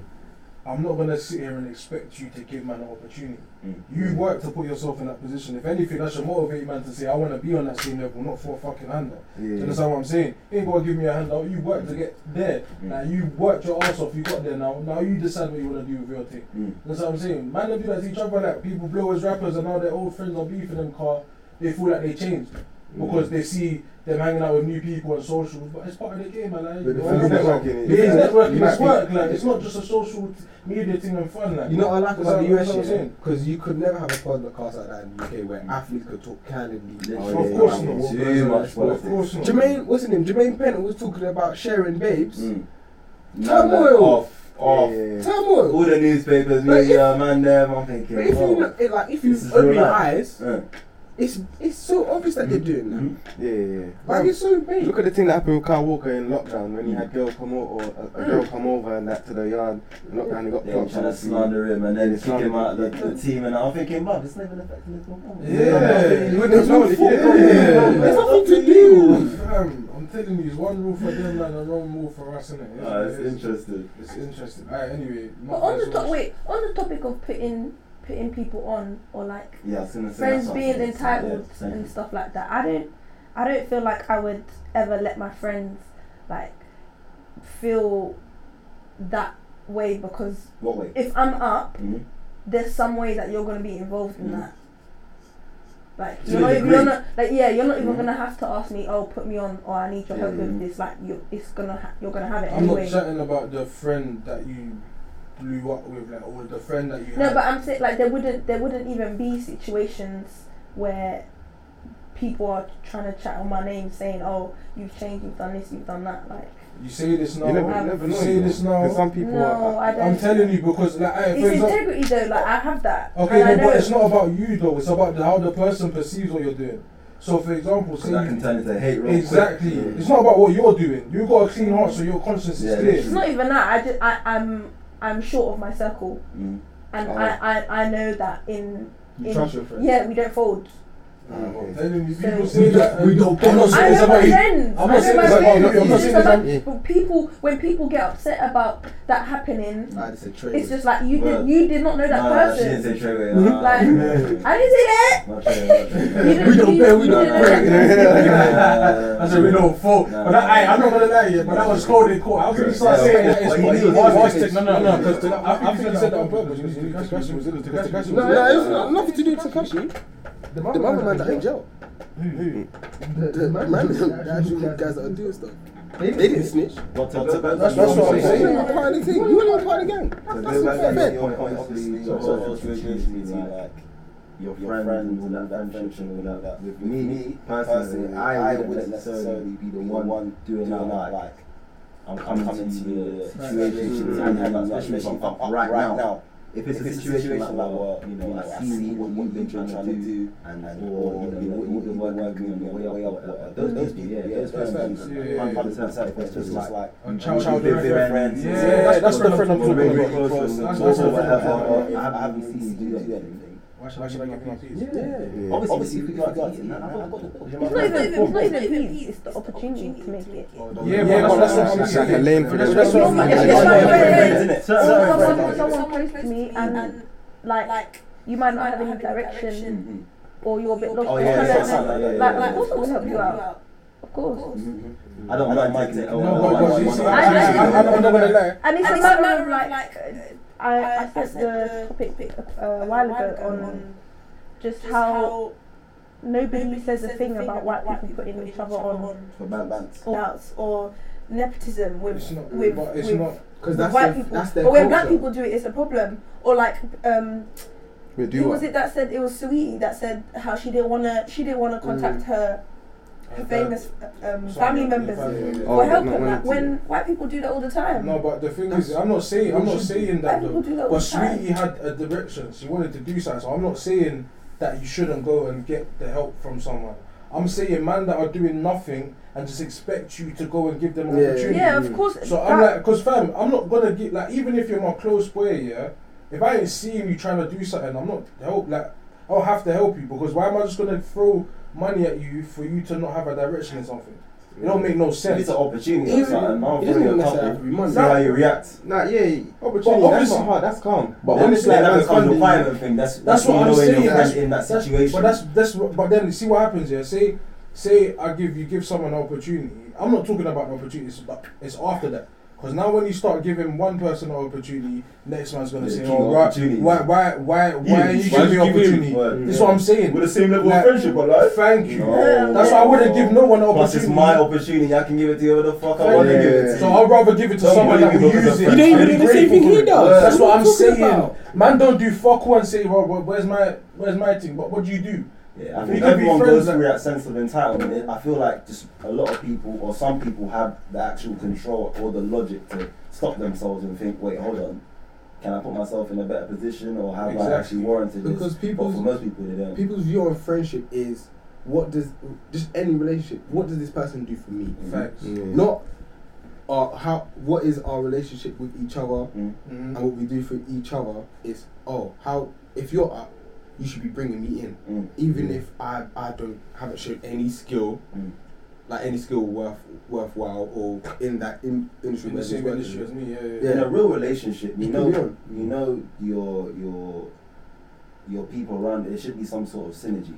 I'm not gonna sit here and expect you to give man an opportunity.
mm,
You work to put yourself in that position. If anything, that should motivate man to say, I want to be on that same level, not for a fucking handout. Do you
Yeah.
understand what I'm saying? You ain't gonna give me a handout. You worked to get there.
Mm.
Now you worked your ass off. You got there. Now, now you decide what you wanna do with your thing.
Mm.
That's what I'm saying. Man, they do that to each other. Like people blow as rappers, and all their old friends are beefing them. Car, they feel like they changed because they see them hanging out with new people and socials. But it's part of the game, man. Like,
But the
why
thing is
not?
networking.
It is networking,
You might
it's
be-
work, like it's not just a social t- media thing and fun, like
You know what I like
That's
about
what-
the
that's
US
what I'm saying.
shit? Because you could never have a podcast like that in the UK where athletes could talk candidly.
Oh,
Of
yeah,
course
man,
not.
too
Well,
much
of
politics.
course not.
Jermaine, what's his name? Jermaine Penn was talking about sharing babes.
Mm.
Turmoil.
Nah, man, Off, off.
Yeah.
Turmoil.
All the newspapers,
But if-
media, man, them. I'm thinking.
But if you
oh.
look, it, like if you
This is
open
real
your
life.
eyes,
Uh,
it's it's so obvious that they're doing that.
mhm.
Yeah, yeah.
Like it's so
yeah.
big.
Look at the thing that happened with Kyle Walker in lockdown when he had girl come over, or a, a girl come over and that to the yard. In lockdown, he got
They were
blocked.
trying to slander him and then
Yeah,
kick him out of the,
slander.
the team, and I'm thinking, man, it's not even affecting his performance.
Yeah.
You wouldn't have known if you didn't.
There's
Yeah.
nothing to do.
Fam, I'm telling you, it's one rule for them man, and one rule for us,
Ah,
innit? It's,
Oh, it's
it's-
interesting.
it's interesting. Alright, anyway.
But on the top, wait, on the topic of putting putting people on or like
Yeah, I was gonna say
friends
that's
being
something.
entitled
Yeah, same.
and stuff like that. I don't I don't feel like I would ever let my friends like feel that way because
What way?
if I'm up,
Mm-hmm.
Mhm.
there's some way that you're gonna be involved in that. Like
To
you're
a
not, even,
degree.
you're not like yeah, you're not even
Mhm.
gonna have to ask me. Oh, put me on, or I need your
Yeah,
help with
mhm.
this. Like you, it's gonna ha- you're gonna have it
I'm
anyway.
not chatting about the friend that you blew up with, like, or the friend that you
No,
had.
but I'm saying like there wouldn't there wouldn't even be situations where people are trying to chat on my name saying, "Oh, you've changed, you've done this, you've done that." Like
you say this now.
You never,
Um,
you never
you
know.
see
you
this
know.
now?
'Cause Some people
no,
are.
I don't.
I'm telling you because, like, alright, for
it's
example,
integrity though. Like I have that.
Okay,
and I
no,
know-
but it's not about you though. It's about the, how the person perceives what you're doing. So, for example, say
Because I
you,
can turn into hate real
exactly.
quick.
It's not about what you're doing. You've got a clean heart, so your conscience
Yeah,
is
It's
clear.
not even that. I just I, I'm I'm short of my circle,
Mm.
and
Oh.
I, I I know that in
You
in
trust your friend.
yeah we don't fold.
Ah,
Okay.
people say that.
We don't
I'm not
I
saying
know
it's
my
about you.
friends.
I'm
I
not saying
know my
it's about you. I'm not
friends.
saying
It's
it's about
about but people. When people get upset about that happening,
Nah, it's a trade.
it's just like you
Well,
did. You did not know that
Nah, she didn't say
person.
Ah, Treyway. Nah.
Like- I didn't say that.
Not Treyway,
You didn't-
We don't
you-
bear, we
you
don't
didn't
break.
know that.
I said we don't fault. But I, I, I'm not gonna lie, yeah, but that was cold in court. I was gonna start saying that it's
Yeah.
me. Artistic, no, no, no, because I, I think you said that on purpose. It was Takashi, it was Takashi.
No, no, it's not, nothing to do with Takashi.
The mother man's in jail. The man, the actual guys that are doing stuff. They didn't snitch.
Not to- to-
That's- that's what I'm
You
saying.
weren't part of the team. You weren't even part of the gang.
So
That's
go
not
back to
fair.
your point, obviously, your social situation, like your friends and all that friendship and all that. With me, personally, I wouldn't necessarily be the one doing that. Like, I'm coming to your situations and having that, especially if I'm up right now. If it's a situation like what you know, I see what you've been trying to do, and or you know, what you've been working on your way up, whatever. Those, those people, yeah, those friends, one hundred percent. It's just like
On
child
child
friends.
Yeah, that's- that's the friend I'm
We're
talking
really
about.
close to
That's-
the
that's
or
the friend I'm
whatever.
talking
I
about.
haven't seen you do anything.
uh, Why should I give my peace?
Yeah. Obviously, if you got that, then I've got the ball.
It's not even. It's not even peace. It's the opportunity to make it.
Yeah, but that's what I'm
It's like
saying.
a lane for
That's
the-
that's what I'm
It's
saying.
not-
That's what I'm
it's
saying.
not-
Isn't it?
Or
Sorry,
someone,
sorry.
someone posts me and like you might not have any direction
Mhm.
or you're a bit lost.
Oh, yeah, yeah, yeah,
Mm-hmm. Like,
yeah, yeah,
like,
yeah.
of course I will help you out. Mm-hmm. Of course.
I don't mind taking it.
Oh,
No, but- but you see,
I- I-
I'm I'm not
oh,
gonna lie.
And it's
And
a
it's a
matter, of
matter of,
like,
like,
I, I
I
said the
said
topic uh,
a
a while ago on just how nobody says a thing about white people putting each other on
For bad bands.
or outs or nepotism with
It's not.
oh, with
But it's
with
not.
Because
with
that's
white
their,
people.
that's their
but when black
culture.
people do it, it's a problem. Or like um,
We
who
do
was
what?
it that said it was Sweetie that said how she didn't wanna she didn't wanna contact her
uh,
her famous um, family members
Oh,
for
not
helping.
wanting
Like
to.
when white people do that all the time.
No, but the thing is, I'm not saying I'm not saying
White
that
people
though.
do that all
But
the time.
Sweetie had a direction. She wanted to do something. So I'm not saying that you shouldn't go and get the help from someone. I'm saying man that are doing nothing and just expect you to go and give them
Yeah.
opportunity.
Yeah, of course.
So
that-
I'm like, cause fam, I'm not gonna get like even if you're my close boy, yeah. If I ain't seeing you trying to do something, I'm not help. Like I'll have to help you because why am I just gonna throw money at you for you to not have a direction in something? It don't make no sense.
It's an opportunity.
Even-
It's like, man,
It doesn't
bring
even
a
necessarily
couple.
have to be money.
See how you react.
Nah, yeah.
Opportunity,
But
that's
obviously-
not
that's calm.
But
But
honestly,
obviously,
that
that's
becomes
funding-
the private thing. That's
That's what
you
I'm
know when
saying,
you're
that's-
in that
That's-
situation.
But that's that's what- but then see what happens here. Say say I give you give someone an opportunity. I'm not talking about opportunities, but it's after that. Because now when you start giving one person an opportunity, next man's gonna
Yeah,
say,
give
"Oh,
me
right,
opportunities.
why why why why are you
why
giving me
you give him?
opportunity?"
Word.
That's what I'm saying.
With the same level
Like,
of friendship, but like.
Thank you.
No.
That's why I wouldn't give no one an
Plus,
opportunity.
it's my opportunity. I can give it to whoever the fuck I
Thank
want to
you.
give it to.
So I'd rather give it to
Don't
someone
believe
that
me
will
because
use
of
it.
friends. You don't even
I'm
do the same
grateful
thing
for
he
it.
does.
That's what I'm
What are you talking
saying.
about?
Man, don't do fuck one. Say, well, well, where's my where's my thing? But what do you do?
Yeah, I
We
think
could be
everyone
friends
goes
like-
through that sense of entitlement. I feel like just a lot of people, or some people, have the actual control or the logic to stop themselves and think, wait, hold on, can I put myself in a better position, or have I
Exactly.
actually warranted this?
Because
but for
people's
most people, they don't.
people's view on friendship is what does just any relationship what does this person do for me
Mm.
Facts.
Yeah.
not uh, how what is our relationship with each other
Mm,
Mhm.
and what we do for each other is oh how if you're up you should be bringing me in
Mm.
even if I I don't haven't shown any skill
Mm.
like any skill worth worthwhile or in that in, industry
in
where
the
this
same
working.
industry as me. Yeah, yeah.
Yeah.
In a real relationship, you
You
know,
can be
you
on.
know your your your people around. There should be some sort of synergy.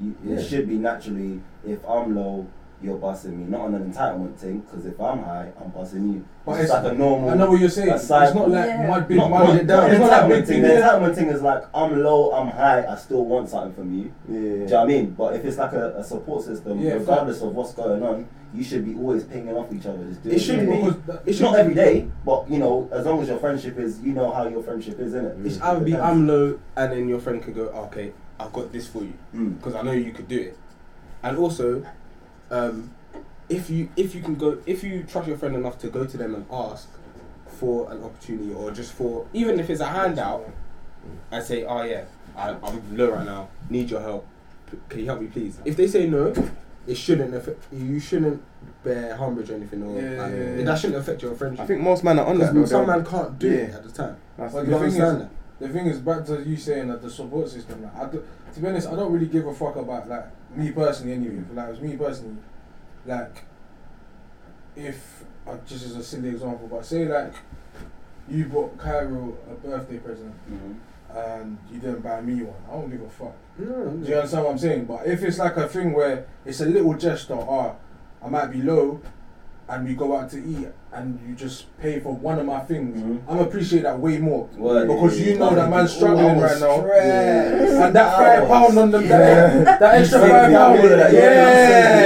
You,
Yeah.
It should be naturally. If I'm low, you're busting me. Not on an entitlement thing, because if I'm high, I'm busting you.
But
it's,
it's-
like a normal.
I know what you're saying.
That's
It's not
cycle.
like
Yeah.
my big
Not
money.
one-
It's
not the
not like
entitlement
big
thing.
thing.
The
Yeah.
entitlement thing is like I'm low, I'm high, I still want something from you. Do you know
Yeah.
what I mean? But if it's like a, a support system,
Yeah,
regardless of what's going on, you should be always pinging off each other. Just doing
it should
your
be
thing.
because that- it
It's
should
not
be,
every day, but you know, as long as your friendship is, you know how your friendship is, innit?
it should either be I'm low and then your friend could go okay I've got this for you
Mm.
because I know you could do it. And also, um, if you if you can go if you trust your friend enough to go to them and ask for an opportunity or just for even if it's a handout, and say, oh yeah, I, I'm low right now, need your help. P- Can you help me please? If they say no, it shouldn't affect you. Shouldn't bear homage or anything or
Yeah,
like,
yeah, yeah.
that shouldn't affect your friendship.
I think most men are on that.
because
though,
some
though.
man can't do it
Yeah.
at the time.
That's-
But
You
the
don't
thing is,
understand that.
the thing is back to you saying that the support system. Like, I do, to be honest, I don't really give a fuck about like me personally. Anyway, like it's me personally. Like, if uh, just as a silly example, but say like you bought Cairo a birthday present
Mm.
and you didn't buy me one, I don't give a fuck. Do you understand what I'm saying? But if it's like a thing where it's a little gesture, ah, I might be low, and we go out to eat, and you just pay for one of my things,
Mhm.
I'm appreciate that way more
Word.
because you know that man's struggling right now.
Yeah.
And that five pound on the
Yeah.
that, that extra
You
five
saved me all
pound,
of that. Yeah, you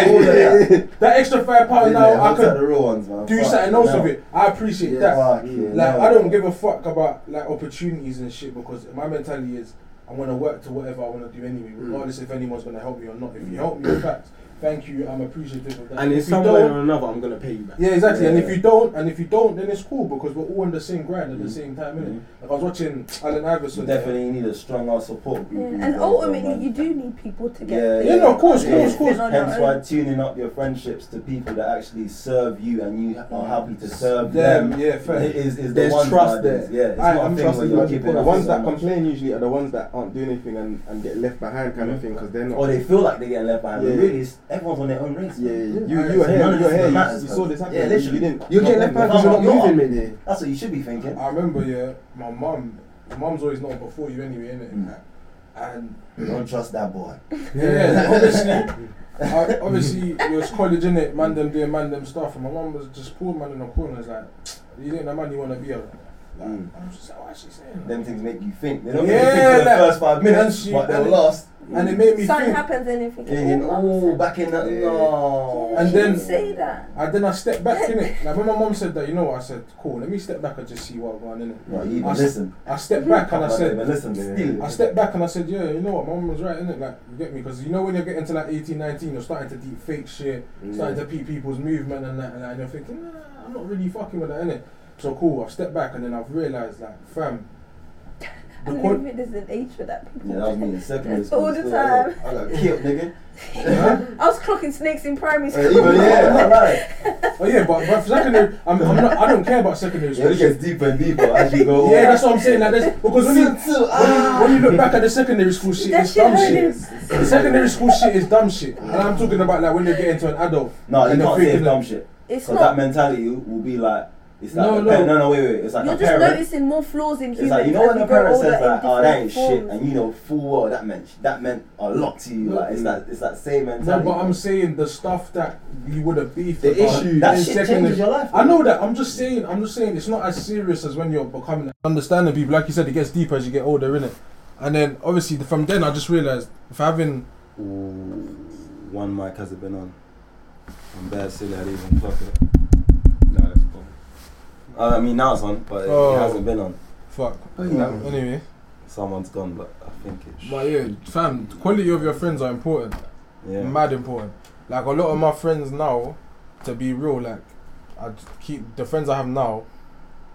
saved me all of
yeah,
that.
that extra five pound
Yeah,
now I
those are
could
the real ones, man.
do
Fuck,
something else
no.
with it. I appreciate
Yeah,
that.
fuck, yeah,
Like
no.
I don't give a fuck about like opportunities and shit because my mentality is I want to work to whatever I want to do anyway,
Mm.
regardless if anyone's gonna help me or not. If you help me, in fact, thank you. I'm appreciative of that.
And in
if you
some way
don't,
or another, I'm gonna pay you back.
yeah, exactly. And if
Yeah.
you don't, and if you don't, then it's cool because we're all on the same grind at the same time, innit?
Mhm.
Like I was watching Alan
So
Iverson.
definitely need a strong ass support group.
And ultimately, you do need people to get.
Yeah,
things
Yeah, no, of course,
done.
of course, of course.
On your
Hence
own.
why tuning up your friendships to people that actually serve you and you
Mm.
are happy to serve
Them,
them.
yeah, fair.
It is, is
There's
the ones
trust
that is-
there.
Yeah, it's
I-
not
I'm
a thing where
trusting
you're
you.
keeping
The
up
ones
with
that
someone.
complain usually are the ones that aren't doing anything and, and get left behind kind of thing because they're not.
Or they feel like they're getting left behind.
Yeah.
But really, it's, everyone's on their own race.
yeah, yeah,
man.
you you were
So none
here,
of
you were
this
here. You,
matters,
you
man.
saw this happen.
Yeah, literally.
You didn't.
You're getting left behind because you're
No,
not
no,
moving, mate.
That's what you should be thinking.
I remember, yeah, my mum. My mum's always not before you anyway, innit?
Mm.
And
Don't trust that boy.
yeah, obviously, I, obviously, it was college, innit? Man them doing man them stuff, and my mum was just poor man in the corner. It's like, you think that man you want to be out there? Like,
Mm.
I was just like, what is she saying?
Them things make you think. They don't
Yeah,
make you think for the
like-
first five minutes,
she-
but they're
and-
lost.
And it made me
Something
think.
happens, and if you
Yeah, you
can
know, oh, back in that. No.
And then-
say that.
And then I stepped back, innit? Like when my mum said that, you know what? I said, cool, let me step back and just see what's going on, innit?
Right, you
I
even
s-
listen.
I stepped back and I
Right,
said,
even listen.
Yeah.
Still.
I stepped back and I said, yeah, you know what, my mum was right, innit? Like, you get me? Because you know when you're getting to like 18, 19, you're starting to deep fake shit,
Mm.
starting to peep people's movement and that, and, that, and you're thinking, nah, I'm not really fucking with that, innit? So cool, I've stepped back and then I've realised, like, fam,
I
the
believe
qual-
it is an age for that. People.
Yeah, that was me in secondary
That's
school.
all the
still.
time.
I got killed, nigga.
I was clocking snakes in primary
Uh,
school.
even, yeah, I lied.
oh yeah, but, but secondary, I'm, I'm not, I don't care about secondary
Yeah,
school.
it
shit.
gets deeper and deeper as you go.
Yeah, that's what I'm saying. Like, this, because when you, when, you, when you look back at the secondary school shit,
That
it's
shit
dumb
hurt
shit.
him.
The secondary school shit is dumb shit, and I'm talking about like when you get into an adult.
No, you
and
can't
you're
say
thinking
dumb shit.
It's
Because that
not.
mentality will be like, it's like,
No,
a
no.
parent- no, no, wait, wait. It's like
You're
a
just
parent.
noticing more flaws in
It's
humans.
like, you know
as
when
we
a
grow
parent
older
says, like,
in
oh, that ain't
different
shit,
forms.
and you know full well that meant, that meant a lot to you. Like, it's that, it's that same
No,
mentality.
but I'm saying the stuff that you would have beefed
The
about
issue-
that
in
shit
secondary-
changes your life.
I know that. I'm just saying. I'm just saying. It's not as serious as when you're becoming understanding people. Like you said, it gets deeper as you get older, innit? And then obviously the- from then, I just realized if having
Ooh, one mic hasn't been on. I'm bad silly, I didn't even pluck it.
No, that's cool.
Uh, I mean, now it's on, but it,
Oh.
it hasn't been on.
fuck.
Oh,
um,
yeah.
Anyway,
Someone's gone, but I think it should.
but yeah, fam, the quality of your friends are important.
Yeah.
Mad important. Like a lot of my friends now, to be real, like I j- keep the friends I have now.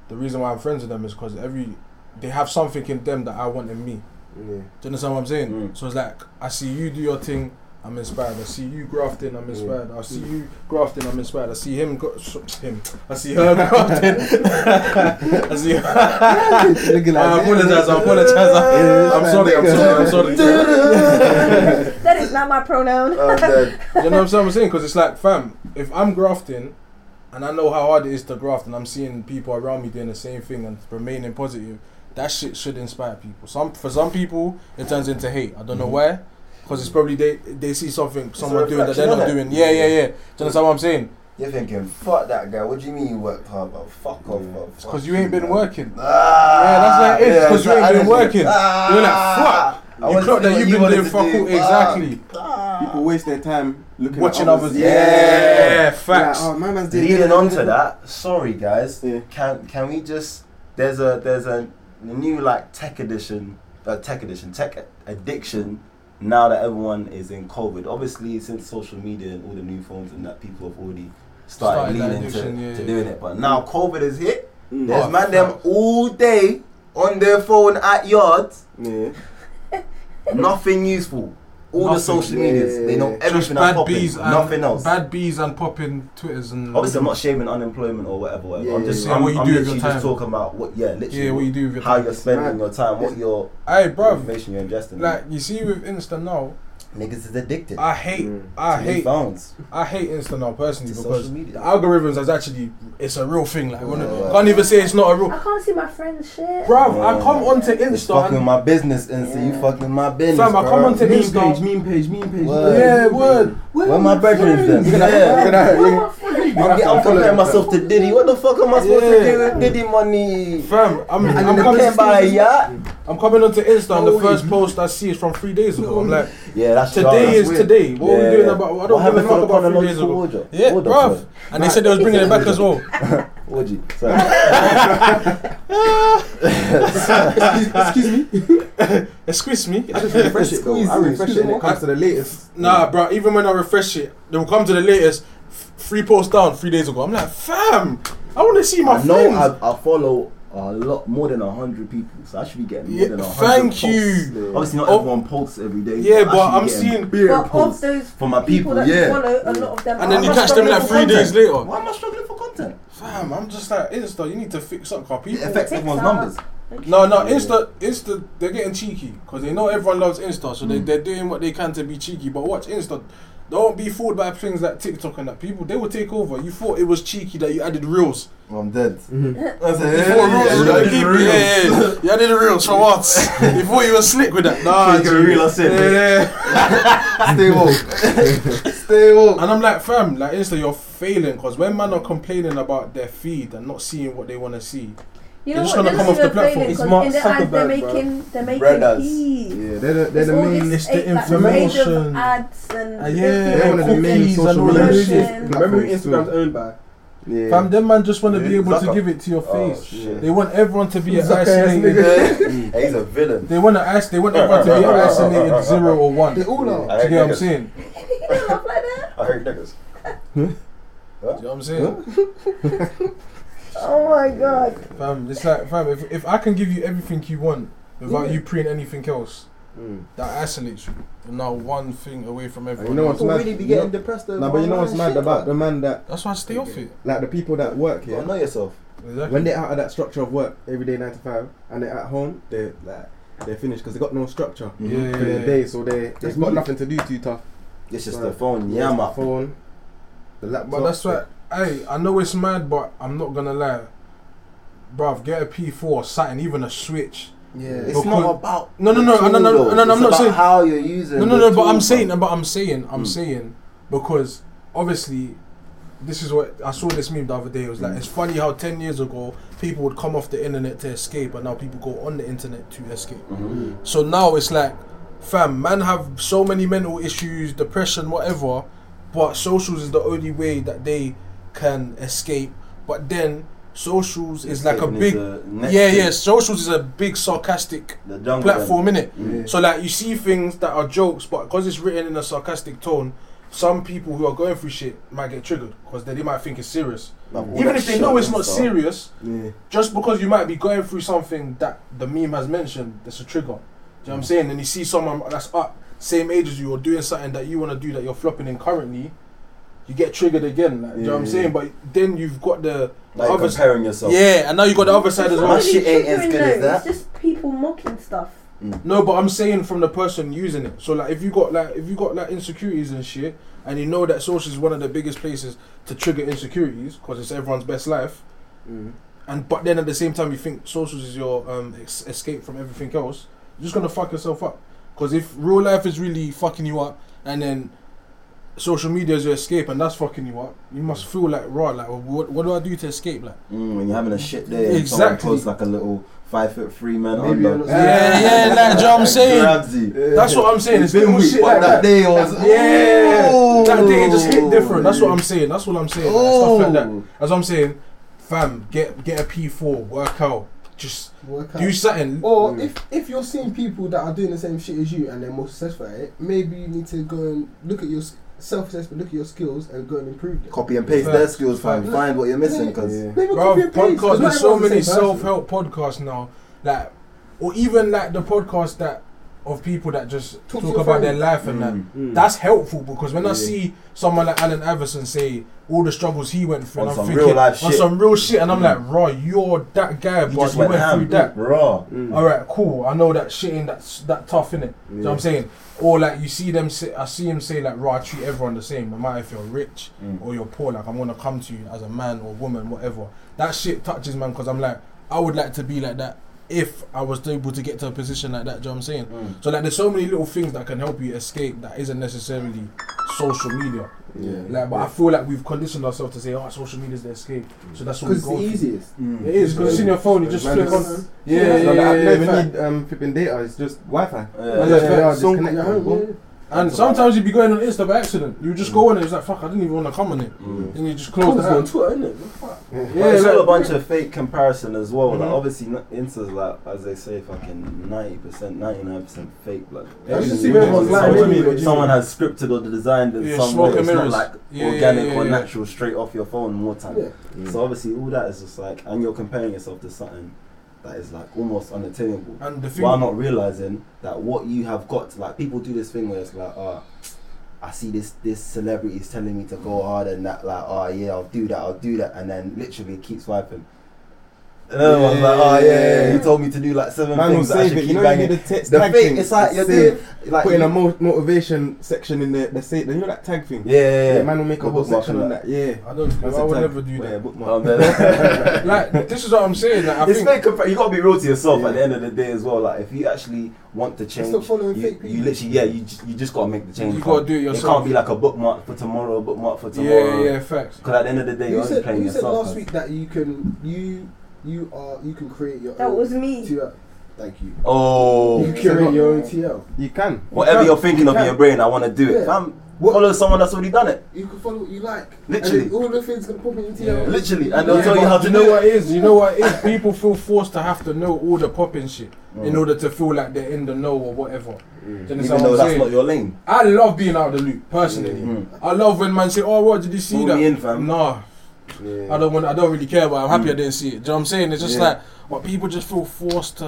The reason why I'm friends with them is because every they have something in them that I want in me.
Yeah.
Do you understand what I'm saying?
Mm.
So it's like I see you do your thing, I'm inspired. I see you grafting, I'm inspired. I see you grafting, I'm inspired. I see him, gra- sh- him. I see her grafting. I see. I apologize. I apologize. I, am sorry. I'm sorry. I'm sorry. Do
That is not my pronoun.
Oh, dead.
you know what I'm saying? Because it's like, fam, if I'm grafting. And I know how hard it is to graft, and I'm seeing people around me doing the same thing and remaining positive. That shit should inspire people. Some for some people, it turns into hate. I don't know why, because it's probably they they see something someone doing that they're
reflection,
not
innit?
doing. Yeah, yeah, yeah. Do you understand what I'm saying?
You're thinking, fuck that guy. What do you mean you worked hard, bro? Fuck off, bro.
It's because you ain't been working.
Ah,
Yeah, that's what it is, 'cause you ain't been
honestly.
working.
Ah,
You're like,
I
you
wanna
clock
see
that
what
you've
you
been
wanted
doing
to
fuck
do.
all
Fuck.
exactly.
Ah.
People waste their time looking
Watching
at others.
others.
yeah.
Yeah, facts.
Like, oh, my man's doing
Leading
this.
on to that, sorry guys.
Yeah.
Can can we just there's a there's a new like tech edition, uh, tech edition, tech addiction.
now that everyone is in COVID, obviously since social media and all the new phones and that, people have already started
Started that
leaning to,
addiction, yeah,
to
yeah.
doing it. But now,
Now COVID is hit.
Mm.
There's
Oh,
man them all day on their phone at yards.
Yeah.
Nothing useful.
all the
Nothing,
social
yeah,
medias. They know
yeah.
everything that's
bad
popping.
bees and
Nothing else.
Bad bees and popping twitters and
Obviously, I'm not shaming unemployment or whatever. whatever.
Yeah,
I'm
yeah,
just,
yeah.
I'm,
What you
I'm
do with
literally
your
just
time.
talking about what, yeah, literally,
yeah, what you do with your
how
time.
you're spending
Right.
your time, what your
Hey, bruv,
information you're ingesting.
like you see with Insta now,
Niggas is addicted.
I hate,
Mm.
I
to
hate,
phones,
I hate Insta now personally
to
because
social media.
the algorithms is actually it's a real thing. Like, I
Yeah.
can't even say it's not a real.
I can't see my friends shit.
Bruv, I
Yeah.
come onto
It's fucking
Insta.
my business, Insta. You fucking my business.
Fam, I
bro.
come onto
Meme
Insta.
page, meme page, meme page.
And,
Word.
yeah, word.
Where my brethren them?
Where
Yeah.
are my friends?
I'm, get- I'm comparing myself to Diddy. What the fuck am I supposed to do with Diddy money?
Fam, I'm,
And
I'm
then they
coming.
can't buy a yacht.
I'm coming onto Insta, and
No
the
way.
first post I see is from three days ago. I'm like,
Yeah, that's
today
jarring. That's
is
weird.
today. What are
Yeah,
we doing
yeah.
about? I
What
don't give
happened
a
to the
fuck about three days
chronological
ago.
order?
Yeah,
Order,
bruv. And they said they was bringing it back as well.
Would you? Sorry.
Excuse me.
refresh it though. I refresh it and it comes to the latest.
Nah, bro. Even when I refresh it, they'll come to the latest. f- Three posts down, three days ago. I'm like, fam, I want to see my
I know
friends.
I, I follow a lot more than hundred people, so I should be getting more
Yeah,
than hundred.
thank
posts.
you.
Obviously, not
Oh.
everyone posts every day.
Yeah,
I should
but
be
I'm
getting
seeing-
bigger
But of
posts
those
for my
People
people.
that you
yeah,
follow, uh, a lot of them.
and then
are
you catch them like three
struggling
days later.
Why am I struggling for content?
Fam, I'm just like Insta. You need to fix up, car
It
people.
affects everyone's numbers.
No, no, Insta, Insta, they're getting cheeky because they know everyone loves Insta, so they,
Mm.
they're doing what they can to be cheeky. But watch Insta, don't be fooled by things like TikTok and that. People, they will take over. You thought it was cheeky that you added reels.
I'm dead.
Mm-hmm.
You thought reels was deep. Yeah, yeah, yeah. You added reels for what? you thought you were slick with that. Nah,
Take a
G.
reel, that's it.
Yeah, yeah.
Stay woke. Stay woke.
And I'm like, fam, like Insta, you're failing because when men are complaining about their feed and not seeing what they want to see,
You
They're
know
just
what?
gonna
They're
come
not
off the
even
platform.
failing
It's
because
Mark
in their eyes they're
Zuckerberg, bruv.
making they're making
Brothers.
heat.
Yeah, they're the, they're
It's
the
all
main.
It's
this
the
a- like, invasive
information.
ads and
Uh,
Ah, yeah,
They're one of the main
cookies and
social
all that
media
shit.
platforms
Remember who
too.
Instagram's owned by?
Yeah.
Fam,
Mm.
them man just want to be
Yeah,
able
Zucker.
to give it to your
Oh,
face.
shit.
they want everyone to be
Zucker ass
isolated.
Yeah, he's a villain.
They want to ask. They want everyone to be isolated zero or one.
They
Do
all are.
I
you
hate
get what I'm
niggas.
saying?
You don't laugh like that.
I hate niggas.
do you know what I'm saying?
Oh my god.
Fam, it's like, fam, if, if I can give you everything you want without you preying anything else,
Mm.
that isolates you. You're now one thing away from
And
everyone.
you know what's
People
mad?
really be
You know-
getting depressed over
Nah, but you know what's
online
mad
shit,
about
like.
the man that,
That's why I stay off it.
like the people that work
You
here,
gotta know yourself.
Exactly.
when they're out of that structure of work every day, nine to five, and they're at home, they're like they're finished because they got no structure
Yeah, yeah,
for their
yeah.
day, so they
It's
they've got
me.
nothing to do too tough.
It's just
Right.
the phone.
It's
Yeah,
the
my
phone, the laptop.
But that's why, hey, I know it's mad, but I'm not gonna lie. Bruv, get a P4, Saturn, even a Switch.
Yeah.
It's
Because-
not about
No, no, no,
the
no,
tool,
no, no,
though.
no, no, I'm
It's
not
about
saying-
how you're using.
No,
the
no, no. But
tool,
I'm saying,
fam.
but I'm saying, I'm
Mm.
saying, because obviously, this is what I saw this meme the other day. It was
Hmm.
like it's funny how ten years ago people would come off the internet to escape, and now people go on the internet to escape.
Mhm.
So now it's like, fam, man have so many mental issues, depression, whatever, but socials is the only way that they can escape. But then socials is like a
Escaping
big,
into next
yeah,
thing,
yeah. Socials is a big sarcastic
The jungle
platform, innit?
then. Mm.
So like you see things that are jokes, but because it's written in a sarcastic tone, some people who are going through shit might get triggered because they, they might think it's serious.
Like, all
Even
that
if they
shit
know
on
it's not
Insta.
serious,
yeah.
just because you might be going through something that the meme has mentioned, that's a trigger. Do you know
Mm.
what I'm saying? And you see someone that's up, same age as you, or doing something that you want to do that you're flopping in currently, you get triggered again. Like, do you know what I'm
Yeah,
saying? But then you've got the, the
Like
other side.
comparing yourself.
Yeah, and now you've got the other side as
It's
My
not
well.
really
shit ain't as
triggering
good as
though,
that.
It's just people mocking stuff.
No, but I'm saying from the person using it. So like, if you got like, if you got like insecurities and shit, and you know that social is one of the biggest places to trigger insecurities because it's everyone's best life.
Mm.
And but then at the same time, you think socials is your um, ex- escape from everything else. You're just gonna fuck yourself up. Because if real life is really fucking you up, and then social media is your escape, and that's fucking you up, you must feel like raw. Like, what, what do I do to escape? Like,
Mm, when you're having a shit day, and someone
Exactly.
posts like a little five foot three man
Maybe
under.
you're not-
Yeah, yeah, like, do you know what I'm saying?
Grabs you.
that's what I'm saying. It's
Been
little
weak,
shit
but
like
that
that.
day was.
Yeah,
Oh.
that day it just hit different. That's what I'm saying. That's what I'm saying. like, stuff like that. That's what I'm saying. Fam, get get a P4, work out, just
Work
do something.
Or
Mm.
if, if you're seeing people that are doing the same shit as you and they're more successful at it, maybe you need to go and look at your self assessment, look at your skills, and go and improve them.
Copy and paste their skills, fam. Find what you're missing, because
Yeah.
Maybe
Bro,
copy and paste, 'cause
podcasts. There's
not
so
everyone's the
many
same person.
self help podcasts now, like, or even like the podcast that of people that just talk,
Talk to your
about their
friend.
life and
Mm.
that. That's helpful because when I
Yeah.
see someone like Alan Iverson say all the struggles he went through,
On
and
some
I'm thinking
real life
on
shit.
some real shit, and I'm
Mm.
like, raw, you're that guy,
You
but
just
you
went
went,
ham,
through that.
raw.
All right, cool. I know that shit ain't that s- that tough, innit? it. You know what I'm saying? Or like you see them, say, I see him say like, raw, I treat everyone the same, no matter if you're rich
Mm.
or you're poor. Like I'm gonna come to you as a man or woman, whatever. That shit touches man because I'm like, I would like to be like that if I was able to get to a position like that. Do you know what I'm saying?
Mm.
So like, there's so many little things that can help you escape that isn't necessarily social media.
Yeah.
Like, but I feel like we've conditioned ourselves to say, oh, social media's the escape. So that's what we
Because it's
go.
the
through.
easiest.
Mm.
It is because it's in your phone. You just
Man,
flick
it's-
on.
Yeah,
Yeah,
yeah,
no,
yeah,
I
yeah,
don't
yeah,
even need um, flipping data. It's just Wi-Fi.
Yeah.
Yeah, yeah,
So-
disconnect
yeah,
them,
yeah.
boom.
And sometimes you'd be going on Insta by accident. You just go on it. It's like fuck, I didn't even want to come on it.
Mm.
And you just
Come
close
on,
the
it's on
app.
Twitter, isn't it? Fuck.
But it's all
like-
a bunch of fake comparison as well. Like
Mhm.
obviously, n- Insta's like as they say, fucking ninety percent, ninety nine percent fake. Like
Yeah, you
everything
just see
you do
everyone's
is
lying,
someone,
what do you mean?
someone has scripted or designed in
Yeah,
some way.
smoke and
It's not
mirrors.
like
Yeah,
organic
yeah, yeah,
or
yeah.
natural, straight off your phone more time.
Yeah.
So obviously, all that is just like, and you're comparing yourself to something that is like almost unattainable.
And the thing.
while not realizing that what you have got, like people do this thing where it's like, oh, I see this this celebrity is telling me to go hard and that, like, oh yeah, I'll do that, I'll do that, and then literally keep swiping. And then I was like, oh yeah, yeah, he told me to do like seven
Man will
things. that I
save
should
it.
keep
You know, you
banging.
do the text
the
tag
thing,
thing.
it's like you're
Save.
doing like
Putting
you-
a mo- motivation section in the the say. You know that tag thing.
yeah, yeah, yeah.
man will make
The
a whole
bookmark
section
and
on that. Yeah.
I don't.
That's
I
a
would
tag.
never do
Put a
that.
bookmark.
Oh, man.
Like this is what I'm saying. Like, I
it's
think
fake. Compa- you gotta be real to yourself
Yeah.
at the end of the day as well. Like if you actually want to change,
not following
you,
fake people.
you literally yeah, you j- you just gotta make the change.
You gotta do it
It
yourself.
can't be like a bookmark for tomorrow, a bookmark for
yeah,
tomorrow.
yeah, facts.
Because at the end of the day,
You
you're only
said,
playing
you said
yourself. man.
last week that you can you you are you can create your
That
own
was me.
TL. Thank you. You
Oh,
can curate your own TL.
You can.
whatever you're thinking of in your brain, I want to do it.
Yeah.
Fam, follow someone that's already done it.
You can follow what you like.
Literally.
And then all the things gonna pop in your TL.
Yeah.
Literally, and they'll
Yeah,
tell you
but
how to
know
do it.
what it is. You know what it is. People feel forced to have to know all the popping shit in
Mm.
order to feel like they're in the know or whatever. Do you understand
Even
what
though
I'm
that's
saying?
not your lane.
I love being out of the loop personally.
Mm.
I love when man say, "Oh, what did you see
Pull
that?"
me in, fam. Mm.
Nah, I don't want. I don't really care, but I'm happy I didn't see it. Do you know what I'm saying? It's just
Yeah.
like, what people just feel forched to.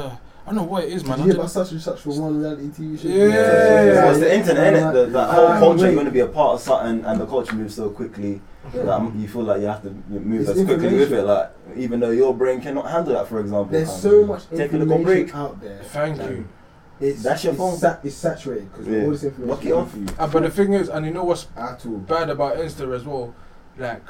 I don't know what it is, man. I
Did you hear
didn't-
about such and such for one reality TV show?
Yeah.
So
Yeah.
it's the internet, innit? The, the whole
Um,
culture, you
wait.
want to be a part of something, and the culture moves so quickly that m- you feel like you have to m- move
It's
as quickly with it.
information.
Like, even though your brain cannot handle that, for example.
There's
Um,
so much
Take a little
information
break.
out there.
Thank you.
It's,
That's your
it's
phone.
Sa- it's saturated because
Yeah.
all this information.
Lock it off.
Uh, but the thing is, and you know what's
At all.
bad about Insta as well, like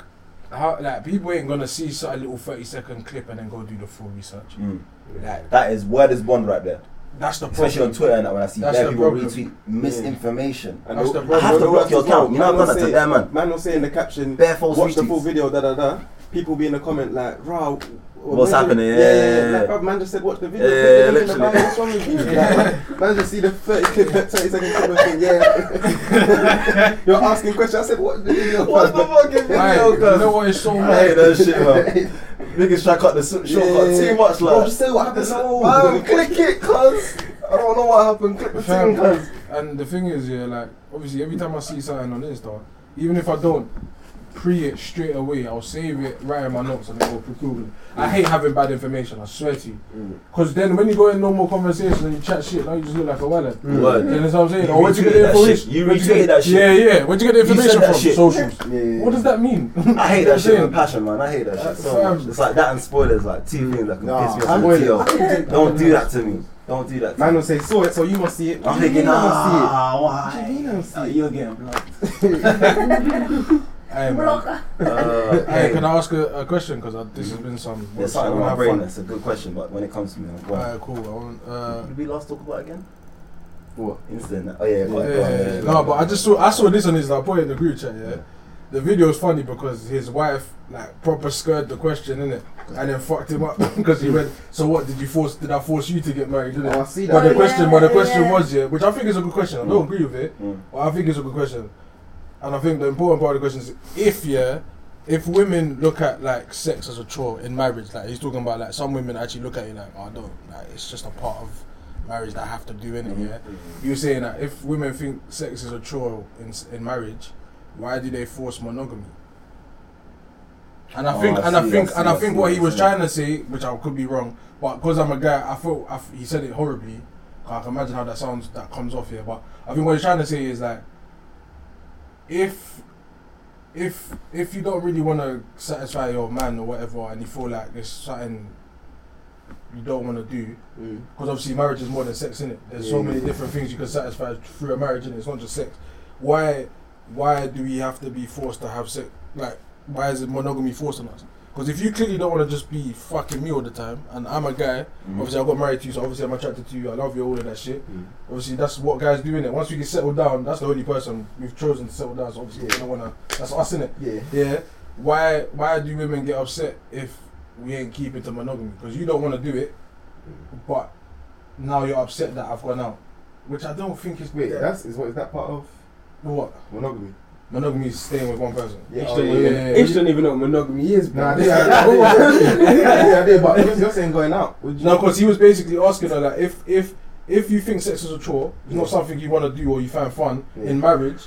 how like people ain't gonna see such a little thirty second clip and then go do the full research.
Mm.
Like
That is word is bond right there.
that's the
Especially on
problem.
Twitter, and that when I see
That's
bare
the
people
problem.
retweet misinformation.
And
That's
they'll-
the
I have to block your account. You know I've
Man will
done that to
say-
them, man.
Man will say in the caption,
Bare false
watch the full
retweets.
video, da da da. People be in the comment like, rah, oh,
What's happening?
Yeah, yeah,
Yeah, yeah,
yeah. Like,
yeah.
bruv, man just said watch the video.
Yeah,
click the link in the
literally.
bio, What's wrong with you? Like, man just see the 30 clip, that 30 second clip and think, yeah. You're asking questions. I said watch the video.
What the fucking
Right,
video,
you
cuz?
know what is so
I hate
mad?
that shit, man. Niggas try to cut the s- shortcut too much, like.
Bro, say what happened.
Man, click it, cuz. I don't know what happened. Click the thing, cuz.
And the thing is, yeah, like obviously every time I see something on Insta, even if I don't pre it straight away, I'll save it, write in my notes, and then go Google it. I hate having bad information. I swear to you,
Mm.
because then when you go in normal conversation and you chat shit, now you just look like a wallet.
Word.
You know what I'm saying?
Mm. You
Or where'd you
retweeted
get the
that
information?
shit. You
Where'd get-
retweeted that shit.
Yeah, yeah. Where'd you get the
said
information
that
from?
shit.
Socials.
Yeah.
What does that mean?
I hate that shit
Saying-
with passion, man. I hate that shit so
Fam.
much. It's like that and spoilers, like two things that can
Nah,
piss me
I'm
off.
with
Like,
you.
yo, Don't do that to me. Don't do that. To
Man
me.
will say, saw it, so you must see it.
I'm
What do you
thinking,
mean I must see it?
ah,
What do you
why?
mean I must see
Uh,
it?
You're getting blocked.
Hey, man.
Uh,
Hey,
hey.
can I ask a, a question? Because this has been some.
There's
I
something in
wanna
my
have
brain
fun.
that's a good question, but when it comes to me, I'm going.
Alright, cool. I want, uh,
Did we last talk about it again?
What?
Instant. Oh yeah. go
yeah,
on, go on, yeah, go
no,
on.
but I just saw I saw this on his like, point in the group chat. Yeah, the video is funny because his wife like proper skirted the question in it and then fucked him up because he went. So what did you force? Did I force you to get married? Didn't
Oh,
it?
I
Uh,
see
But
that.
the
Oh,
question,
yeah,
but the question
yeah.
was yeah, which I think is a good question. I don't agree with it,
Mm.
but I think it's a good question. And I think the important part of the question is if yeah, if women look at like sex as a chore in marriage, like he's talking about, like some women actually look at it like, oh, I don't, like it's just a part of marriage that I have to do in it.
Mm-hmm.
Yeah, you're saying that if women think sex is a chore in s- in marriage, why do they force monogamy? And I
Oh,
think,
I
and I
see,
think,
I see,
and I
I
think
see
what
what
he
you're
was
saying.
trying to say, which I could be wrong, but because I'm a guy, I thought I f he said it horribly. I can imagine how that sounds that comes off here, but I think what he's trying to say is like, if if if you don't really want to satisfy your man or whatever, and you feel like there's something you don't want to do,
Mm.
because obviously marriage is more than sex, in it. There's so
Yeah.
many different things you can satisfy through a marriage, and it's not just sex. Why why do we have to be forced to have sex? Like, why is it monogamy forced on us? Because if you clearly don't want to just be fucking me all the time, and I'm a guy,
Mm-hmm.
Mm.
obviously I got married to you, so obviously I'm attracted to you, I love you, all of that shit.
Mm-hmm.
Obviously that's what guys do in it. Once we get settled down, that's the only person we've chosen to settle down. So obviously we don't wanna. That's us in it.
Yeah.
Yeah. Why why do women get upset if we ain't keeping to monogamy? Because you don't want to do it, but now you're upset that I've gone out, which I don't think is
Wait, that's is what is that part of
what
monogamy?
monogamy is staying with one person.
Yeah,
Ish
oh,
don't
yeah,
even-
yeah, yeah.
Ish don't even know what monogamy is, bro.
Nah, I did, I did, I did, but you're- you're saying going out. Would you?
No, because he was basically asking her like if if if you think sex is a chore, it's not something you want to do or you find fun
Yeah.
in marriage.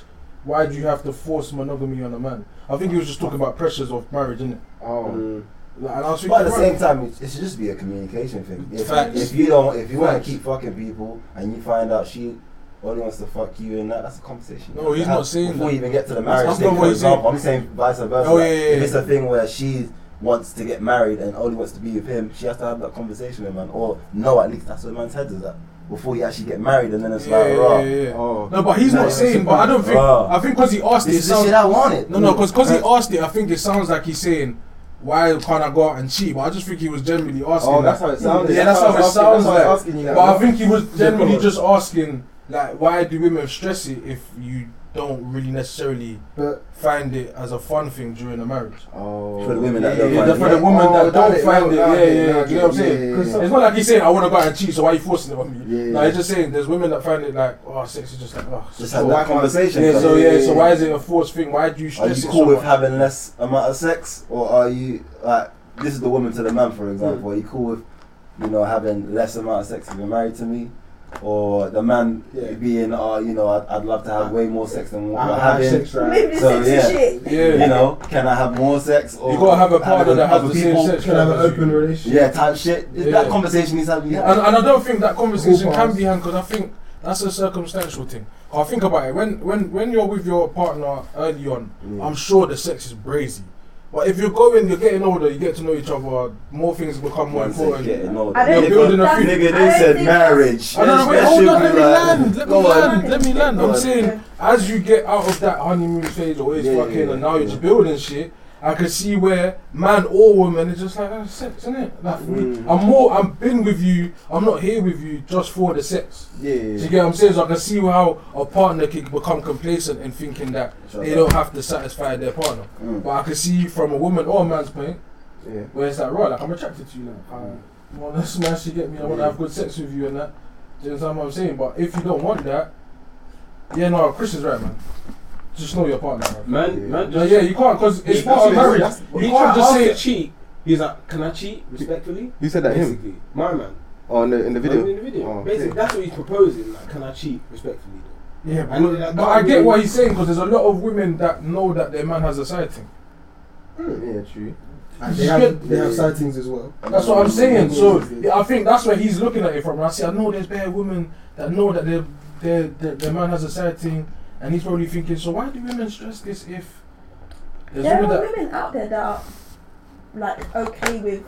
Why do you have to force monogamy on a man? I think he was just talking about pressures of marriage, innit?
Oh,
Mm.
Like, and I was
But
thinking,
at the
right,
same time, it, it should just be a communication thing. If,
Facts.
if you don't, if you want
Facts.
to keep fucking people and you find out she only wants to fuck you and that, that's a conversation.
No, he's
Have-
not saying
Before
that.
you even get to the
That's
marriage
not
thing,
what
for
he's saying.
example, I'm saying vice versa.
Oh,
like,
yeah, yeah,
If
yeah.
it's a thing where she wants to get married and only wants to be with him, she has to have that conversation with man, or no, at least that's where man's head is at before you actually get married, and then it's
yeah,
like,
yeah,
rah,
yeah, yeah.
oh,
No, but he's
No,
not
it's
saying. But I don't think.
Bruh.
I think because he asked it,
this
it
is the
sounds.
shit I wanted.
No, no, because he asked it, I think it sounds like he's saying, "Why can't I go out and cheat?" But I just think he was genuinely asking. that.
oh, that's how it sounded.
Yeah, that's
how
how it sounds
I was
like.
asking you that.
But I think he was
Yeah,
generally
come on.
just asking, like, why do women stress it if you don't really necessarily
But-
find it as a fun thing during a marriage?
oh,
For the women that don't
yeah, yeah,
find
yeah,
it.
For the women
Oh,
that don't
it,
find it,
now,
yeah,
now,
yeah,
now,
you know what I'm saying?
yeah,
Because
yeah,
it's not like he's saying I want to go out and cheat, so why are you forcing it on me?
yeah.
No, he's just saying there's women that find it like, oh, sex is just like, oh,
Just
so-
had that conversation.
yeah, so
Like,
yeah, so why is it a forced thing? Why do you
Are
stress
you
it?
cool
so
with
much?
having less amount of sex, or are you like this is the woman to the man, for
Hmm.
example? Are you cool with you know having less amount of sex if you're married to me, or the man
Yeah.
being uh you know I'd, I'd love to have way more sex than
Ah,
what
I
we're
have
having.
sex, right?
Maybe
So,
so, sexy
yeah.
shit.
yeah,
You know, can I have more sex? Or
you gotta have a
have
partner that has
other
the same
people?
sex
Can I have an
drive as you.
open relationship?
Yeah, type shit. Is
Yeah.
That conversation needs to be had.
And, and I don't think that conversation
Who
can
passed?
be had because I think that's a circumstantial thing. I think about it when when when you're with your partner early on.
Mm.
I'm sure the sex is brazy, but if you're going, you're getting older, you get to know each other. More things become more
One said
important.
getting older.
I don't
You're
think
building a
that's-
future.
Nigga,
I
they
don't
said
think that's-
marriage.
Oh, no, no,
That
wait, hold
should
on,
be
let me
like-
land, let me
Go on.
land, let me land.
Go
I'm
on.
saying, as you get out of that honeymoon phase or it's
Yeah, yeah,
fucking
yeah,
and now you're
yeah.
just building shit, I can see where man or woman is just like, oh, sex, innit? Like,
Mm.
I'm more, I'm been with you, I'm not here with you just for the sex.
Yeah,
Do
yeah,
you get what I'm saying? So I can see how a partner can become complacent in thinking that they don't have to satisfy their partner.
Mm.
But I can see from a woman or a man's point
yeah.
where it's like, right, like I'm attracted to you, like I want to smash you, get me, I want to have good sex with you and that. Do you understand what I'm saying? But if you don't want that, yeah, no, Chris is right, man. Just know your partner, man.
Man, man,
No,
just
yeah, you can't because it's
He-
part of marriage.
That's-
He
You
tried
can't
to
just
ask
say
to cheat. He's like, can I cheat respectfully?
Who said that? Him?
Basically, my man.
Oh, in the, in the video.
In the video.
Oh, okay.
Basically, that's what he's proposing. Like, can I cheat respectfully? Though?
Yeah,
I know
but,
that-
but I get what he's saying because there's a lot of women that know that their man has a side thing.
Yeah, true.
And they
Shit.
have, they have sightings as well.
That's what I'm saying. So yeah, I think that's where he's looking at it from. I see, I know there's bare women that know that their their their, their man has a side thing, and he's probably thinking, so why do women stress this if there's
There
women
are
that
women out there that are like okay with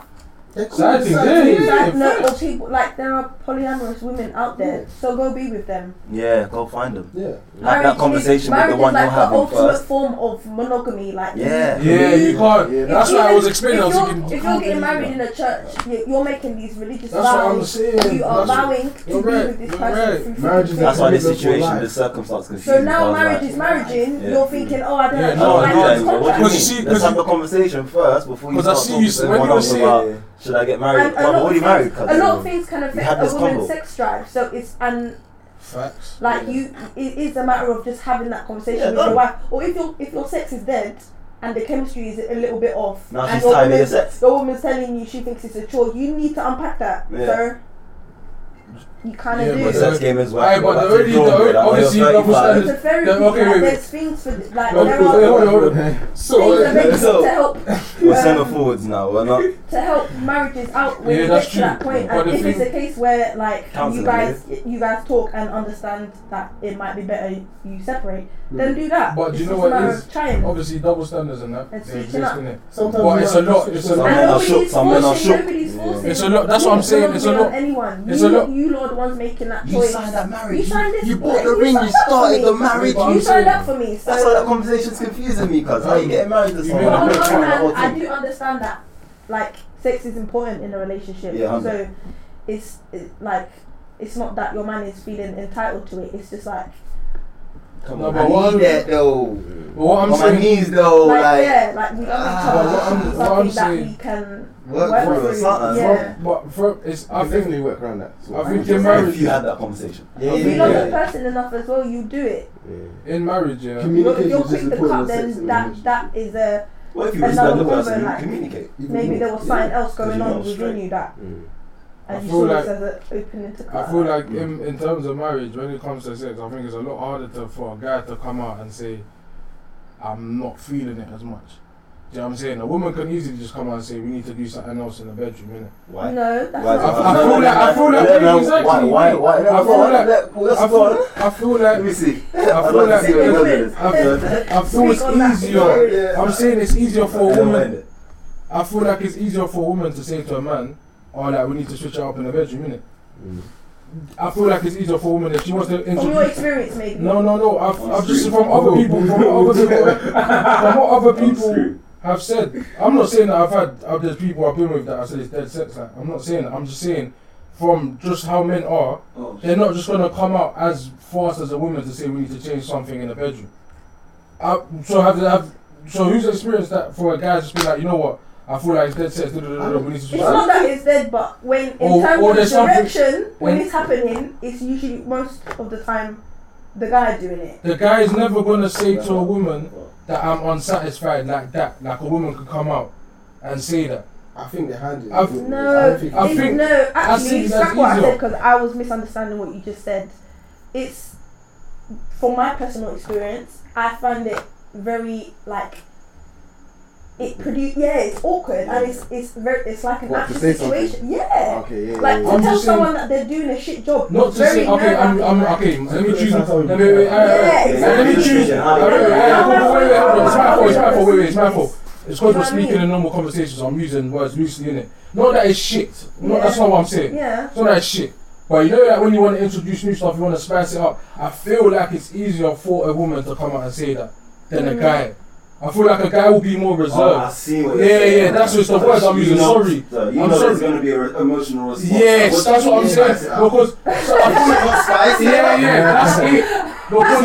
side things? Yeah, yeah, yeah,
like, no, or
facts.
people like there are polyamorous women out there, so go be with them.
Yeah, go find them.
Yeah.
Have
Marriage
that
is-
conversation with
marriage
the
is
one you're
like the
having
ultimate
first.
form of monogamy. Like
Yeah.
yeah, you can't.
Yeah.
That's
if
why I
you-
was explaining. I
If
was
you're,
thinking,
if
how
you're
can
getting
you
married
do
in
that?
a church, you- you're making these religious
That's what I'm
vows.
saying.
You are
That's-
vowing to
You're
be
right,
with this
you're right.
person. through thick
Marriage
and
is
thin.
That's why the
Commitment for
situation,
life.
the circumstance confusing.
So now
I was
marriage
like,
is marriaging.
Yeah.
You're thinking, oh, I don't,
Yeah,
I
I
no,
don't
don't
like
do that
this
anymore. What do
contract.
you
Because
mean?
see-
Let's have
because-
a conversation first before you
because I
start
see
talking
you-
to
when
someone
you were
else
saying-
about should I get married?
And a
Well, I'm
lot
already
of
married.
things- A lot of
cousin.
things can
had
affect
this
a woman's
combo.
sex drive. So it's and
Facts.
like you, it is a matter of just having that conversation
Yeah,
with
no.
your wife. Or if your if your sex is dead and the chemistry is a little bit off,
Now
and
she's
your
tired of your
woman's-
sex.
your woman's telling you she thinks it's a chore, you need to unpack that,
Yeah.
sir. You kind
Yeah,
of do.
but
The sex game is
Aye,
whack. Go
but
back
the
to the
only-
drawing
the
board. I know
obviously
you're
you don't
35.
understand
It's a therapy.
Yeah, okay,
like,
wait, wait.
There's things for like
No,
there
hold on,
are
hold on, hold on.
things that make
So-
to help.
We're centre forwards now. We're not.
to help marriages out when
Yeah,
you
that's
get to that
true.
point.
But
And
the
if it's
thing-
a case where like you
Counseling,
guys you guys talk and understand that it might be better you separate, then do that.
Mm. But do you
It's
know
just
what
a matter
it is? Oh,
of trying.
Obviously, double standards and that
It's
they
switching
exist
up.
in it.
Sometimes
But
you
it's
have
a
to
lot,
switch it
it's a
up.
And
men are
nobody's
shook, some men are
forcing,
shook.
Nobody's
Yeah.
forcing.
It's a lot- that's what I'm
Nobody's
saying, it's a
forcing
lot.
Anyone.
It's
you,
a lot.
You Lord ones making that
You
choice.
signed that
You
marriage.
signed this.
You bought the
you
ring.
signed
You
up for
started
me.
the marriage.
But I'm
You
You-
signed up for me. So.
That's why that conversation's confusing me, cuz. How you getting married to
You
But
made a
someone?
on
big
the
point
other
of the
hand,
whole
I
thing.
do understand that, like, sex is important in a relationship.
Yeah, hundred.
so, it's it, like, it's not that your man is feeling entitled to it. It's just like,
Come
No,
on,
but
I
what I'm-
need that though.
But what I'm
on my
saying,
knees though,
like,
Oh, like.
yeah, like we love each
ah,
other.
what I'm-
It's
what I'm
something that
saying-
we can
Work
work
through
through.
it, something.
Yeah.
but from it's I
can
think
definitely work around that. So
I think
If
in marriage,
you had that conversation.
yeah,
If
yeah,
you love
yeah.
the person enough as well, you do it.
in marriage, yeah.
You know, if
Communication
you're
is just
quick to
important
cut,
in sex
then
and
that
marriage.
that is a
What if you
Another
respect the
woman,
person?
like-
communicate.
Even
maybe
more.
there was something else
Because
going
you're
on
not
within
straight.
you that, and
I
you
feel
saw
like-
this as an opening to cut.
I feel like in, in terms of marriage, when it comes to sex, I think it's a lot harder to, for a guy to come out and say, "I'm not feeling it as much." Do you know what I'm saying? A woman can easily just come out and say, "We need to do something else in the bedroom," innit?
Why?
no, that's
Why?
not.
I- I feel like- I feel like
Let me-
exactly.
Why? Why? Why?
I feel like- I
Let
feel, I feel like
me see.
I
I'd
feel
like to
like
see what
Wait,
you're
I feel, I feel
Speak on that.
it's easier. I'm saying it's easier for a woman. I feel like it's easier for a woman to say to a man, "Oh, like we need to switch it up in the bedroom, innit?" I feel like it's easier for a woman if she wants to
From your
introduce.
experience, maybe.
No, no, no. I've, I've just from other people, from what other people, from what other people have said. I'm not saying that I've had. I've, there's people I've been with that I said it's dead sex. Like I'm not saying. that. I'm just saying from just how men are,
Oh,
they're not just gonna come out as fast as a woman to say we need to change something in the bedroom. I, so have have so who's experienced that for a guy just be like, you know what? I feel like it's dead sex. da, da, da, da, we need to.
It's not that it's dead, but when in
Or-
terms
or
of
there's something-
direction, when
when-
it's happening, it's usually most of the time the guy doing it.
The guy is never gonna say to a woman that I'm unsatisfied like that. Like a woman could come out and say that.
I think they handle
I've-
it.
No,
think-
I
it-
think-
no.
I
Actually,
think
scrap
that's
what I
easier.
said because I was misunderstanding what you just said. It's from my personal experience. I find it very like it produce. Yeah, it's awkward and it's it's very it's like an
What, to
actual
say something?
situation. Yeah.
Okay, yeah,
Like
yeah,
to
yeah.
I'm
tell
just saying-
someone that they're doing a shit job.
Not
it's
to
very
say okay, I'm, I'm
nerve-wracking.
okay. Let me choose.
That's how you
Let me wait, wait,
feel.
wait, wait, wait.
Yeah,
Let me choose.
Yeah.
Wait, wait, wait, wait,
Yeah.
wait, wait, wait, wait. It's my fault. It's my fault. Wait, wait. It's my
Yeah.
fault. It's because we're
You know what I mean?
speaking in normal conversation, so I'm using words loosely, innit? Not that it's shit. No, that's not what I'm saying.
Yeah.
It's not that shit. But you know that when you want to introduce new stuff, you want to spice it up. I feel like it's easier for a woman to come out and say that than a guy. I feel like a guy will be more
Oh, I
reserved.
see what
Yeah,
you're saying.
yeah, that's just the words I'm
You
using,
know-
sorry.
So you
I'm
know there's
sorry.
going to be an re- emotional response.
Yes, that's what I'm saying. Because so I feel like,
spicy.
yeah, yeah, that's it. Because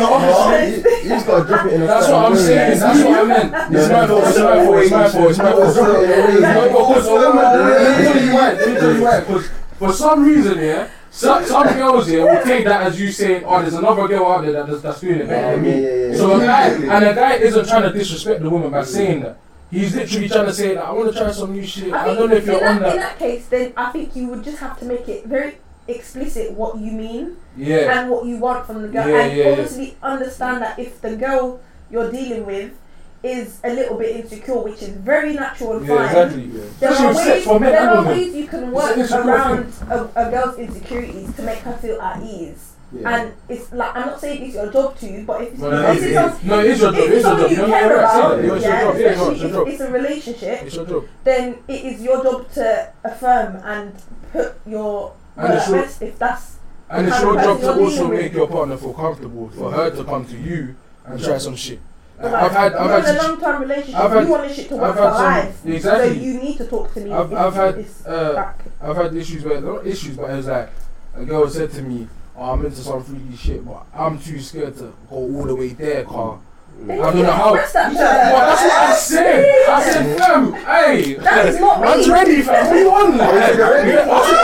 obviously,
You just gotta drip it in a
That's
certain
what I'm
way.
saying. That's what I meant. It's my fault. It's my fault. It's my fault. It's my fault. No, because a woman, let me tell you why. Let me tell you why. Because for some reason, yeah, some, some girls here will take that as you saying, oh, there's another girl out there that does, that's doing it better than me. So a guy, and a guy isn't trying to disrespect the woman by saying that. He's literally trying to say, like, I want to try some new shit. I,
I think
don't know if
in,
you're on
that, in
that.
that case, then I think you would just have to make it very explicit what you mean.
Yeah.
and what you want from the girl,
Yeah,
and
yeah, yeah.
obviously understand that if the girl you're dealing with is a little bit insecure, which is very natural and
Yeah,
fine.
exactly.
There
Especially
are
with sex
ways,
for men
there
and
are
women.
ways you can
It's
work
an insecure
around a, a girl's insecurities to make her feel at ease.
Yeah.
And it's like I'm not saying it's your job to, but if it's
No,
if
it
it's
is.
some-
No, it is your job. It
if
is
it's
your job.
something you
No,
care
you're right.
about,
It's your
yeah,
job. Yeah, no, it's
especially
your
if
job.
it's a relationship,
It's your job.
then it is your job to affirm and put your
And it's
at
your-
best if that's
And it's
And
your
the
job
person
to
you're
also
dealing with.
make your partner feel comfortable for her to come to you and try some shit. Like,
Like,
I've had, I've
you're
had,
in a
situ-
long term relationship.
I've had-
you want this shit to
I've
work for
had some-
life.
exactly.
So you need to talk to me.
I've-
if
I've had,
It's
uh,
back.
I've had issues where not issues, but it was like a girl said to me, oh, "I'm into some freaky shit, but I'm too scared to go all the way there, car."
They
I
need
don't know
to
how.
express that shit.
But that's what I said. I said, "Fam, hey,
That is not
man's
me.
ready, fam. What you on now? What you on? What you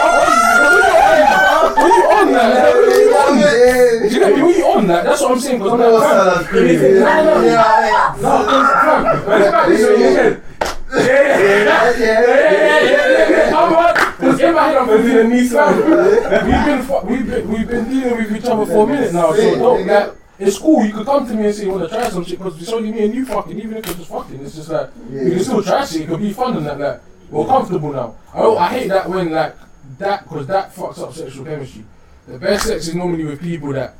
on now? What you on? Do you get me? What you on now? That's what I'm saying. Because I'm like, fam, No, it's- no, it's about this way, yeah. Yeah, yeah, yeah, yeah, yeah, yeah. I'm like, 'cause in my head I'm thinking, fam, We've been fu- we've been we've been dealing with each other for a minute now, so don't like In school, you could come to me and say you want to try some shit because it's only me and you fucking. Even if it's just fucking, it's just like you can still try shit. It could be fun and that. Like we're comfortable now. I don't, I hate that when like that because that fucks up sexual chemistry. The best sex is normally with people that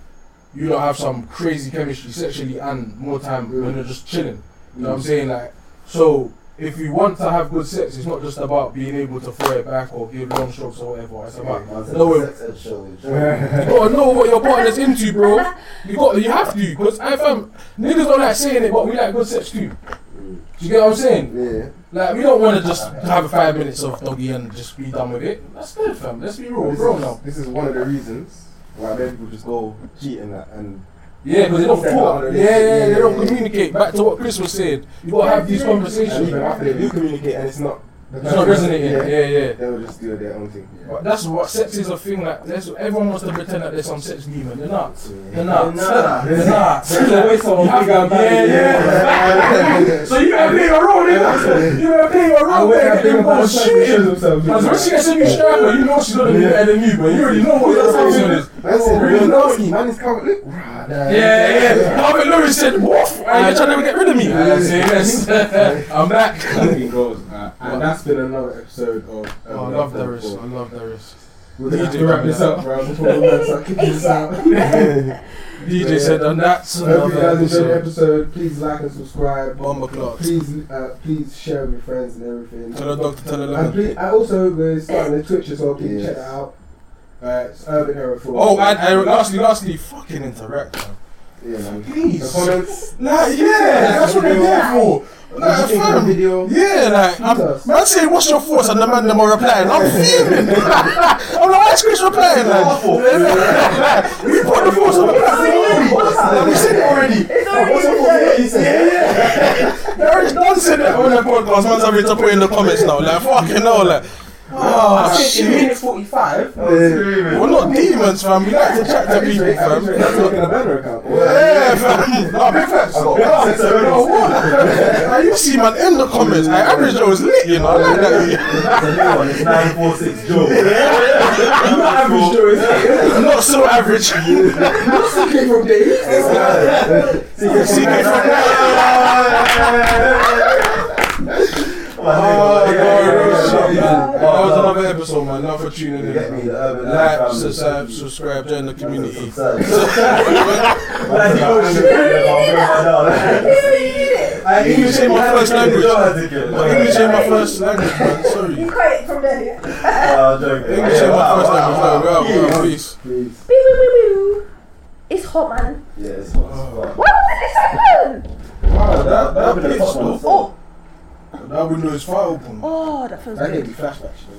you don't have some crazy chemistry sexually and more time when they're just chilling. You know what I'm saying? Like so. If you want to have good sex, it's not just about being able to throw it back or give long strokes or whatever. It's about knowing you gotta know what your partner's into, bro. You got, you have to, cause I fam niggas don't like saying it, but we like good sex too. Do you get what I'm saying?
Yeah.
Like we don't want to just have five minutes of doggy and just be done with it. That's good, fam. Let's be real,
This
bro.
is-
Now,
This is one of the reasons why many people just go cheat and that. And
yeah, because they don't
Set
talk. Yeah,
out the
yeah, yeah, they
relationship.
don't communicate. Back to what Chris was saying, you gotta have these
and
conversations.
even after they do communicate and it's not.
It's not resonating. Yeah, yeah.
They'll just do their own thing.
But that's what sex is a thing. Like, there's, everyone wants to pretend that there's some sex demon. They're not. They're not. They're not.
There's always someone
You have-
bigger and
Yeah,
badder.
yeah. so you gotta play your role, nigga. You gotta play your role, nigga. You gotta shoot him. Because when she gets a new striker, you know she's gonna be better than you, but you already know what your position is.
That's it.
Oh,
Real
really?
Nowski, man, is covered. Look, rah,
Yeah,
nah.
yeah. yeah. Marvin Lewis said, Woof! And you're trying to get rid of me. I say, yes. I'm back.
Fucking goals. Uh, and that's been another episode of. Um,
Oh, I love Darius. I love Darius.
We're gonna have
DJ
to wrap this up, bro. Before we start kicking this out.
DJ said, and that's
Hope you
another
guys enjoyed the
episode.
episode. Please like and subscribe.
Bomb o'clock.
Please, uh, please share with your friends and everything.
Tell the doctor, tell the
And
lemon.
please, I also we're starting a Twitch as well. Please
Yes.
check that out. Uh, it's Urban Era Four.
Oh, and, and lastly, lastly, fucking interact, man.
Yeah, man. The
Please.
comments.
Nah, yeah, that's what they're there for.
What you
Like,
think of the
fam.
video?
Yeah, like, I'm,
us.
man saying, what's your thoughts? And the man them are replying, I'm fuming. I'm like, why is Chris replying? Like, we put the thoughts on the platform. Like, we said it already.
It's already
He said,
They already done said it on their podcast. Man's having to put in the comments now. Like, fucking hell, like. Oh,
In
shit.
minute 45,
Oh,
We're not demons, fam. We like to chat to people, fam.
That's making a banner account.
Yeah, Oh, fam. Nah, big facts. No, what? Now you see, man, in the comments, I average Joe is lit, you know. I like that.
the new one is 946 Joe.
Average Joe is
Not so average. CK
CK from Dave.
from Oh, no, no, shit, man. That was another episode, man. Love for tuning in.
Get me
man.
the urban
Like,
life
subscribe, subscribe, join the community.
I
English ain't my first language. My English ain't my first language, man. Sorry.
You quite from there.
English ain't my first language. man. Well, well, peace.
Beep, beep, beep, beep. It's hot, man.
Yes.
Why was it this happen?
That would be the top one.
Oh,
Now we know it's fire open.
oh, that feels
That
good.
gave me flashbacks.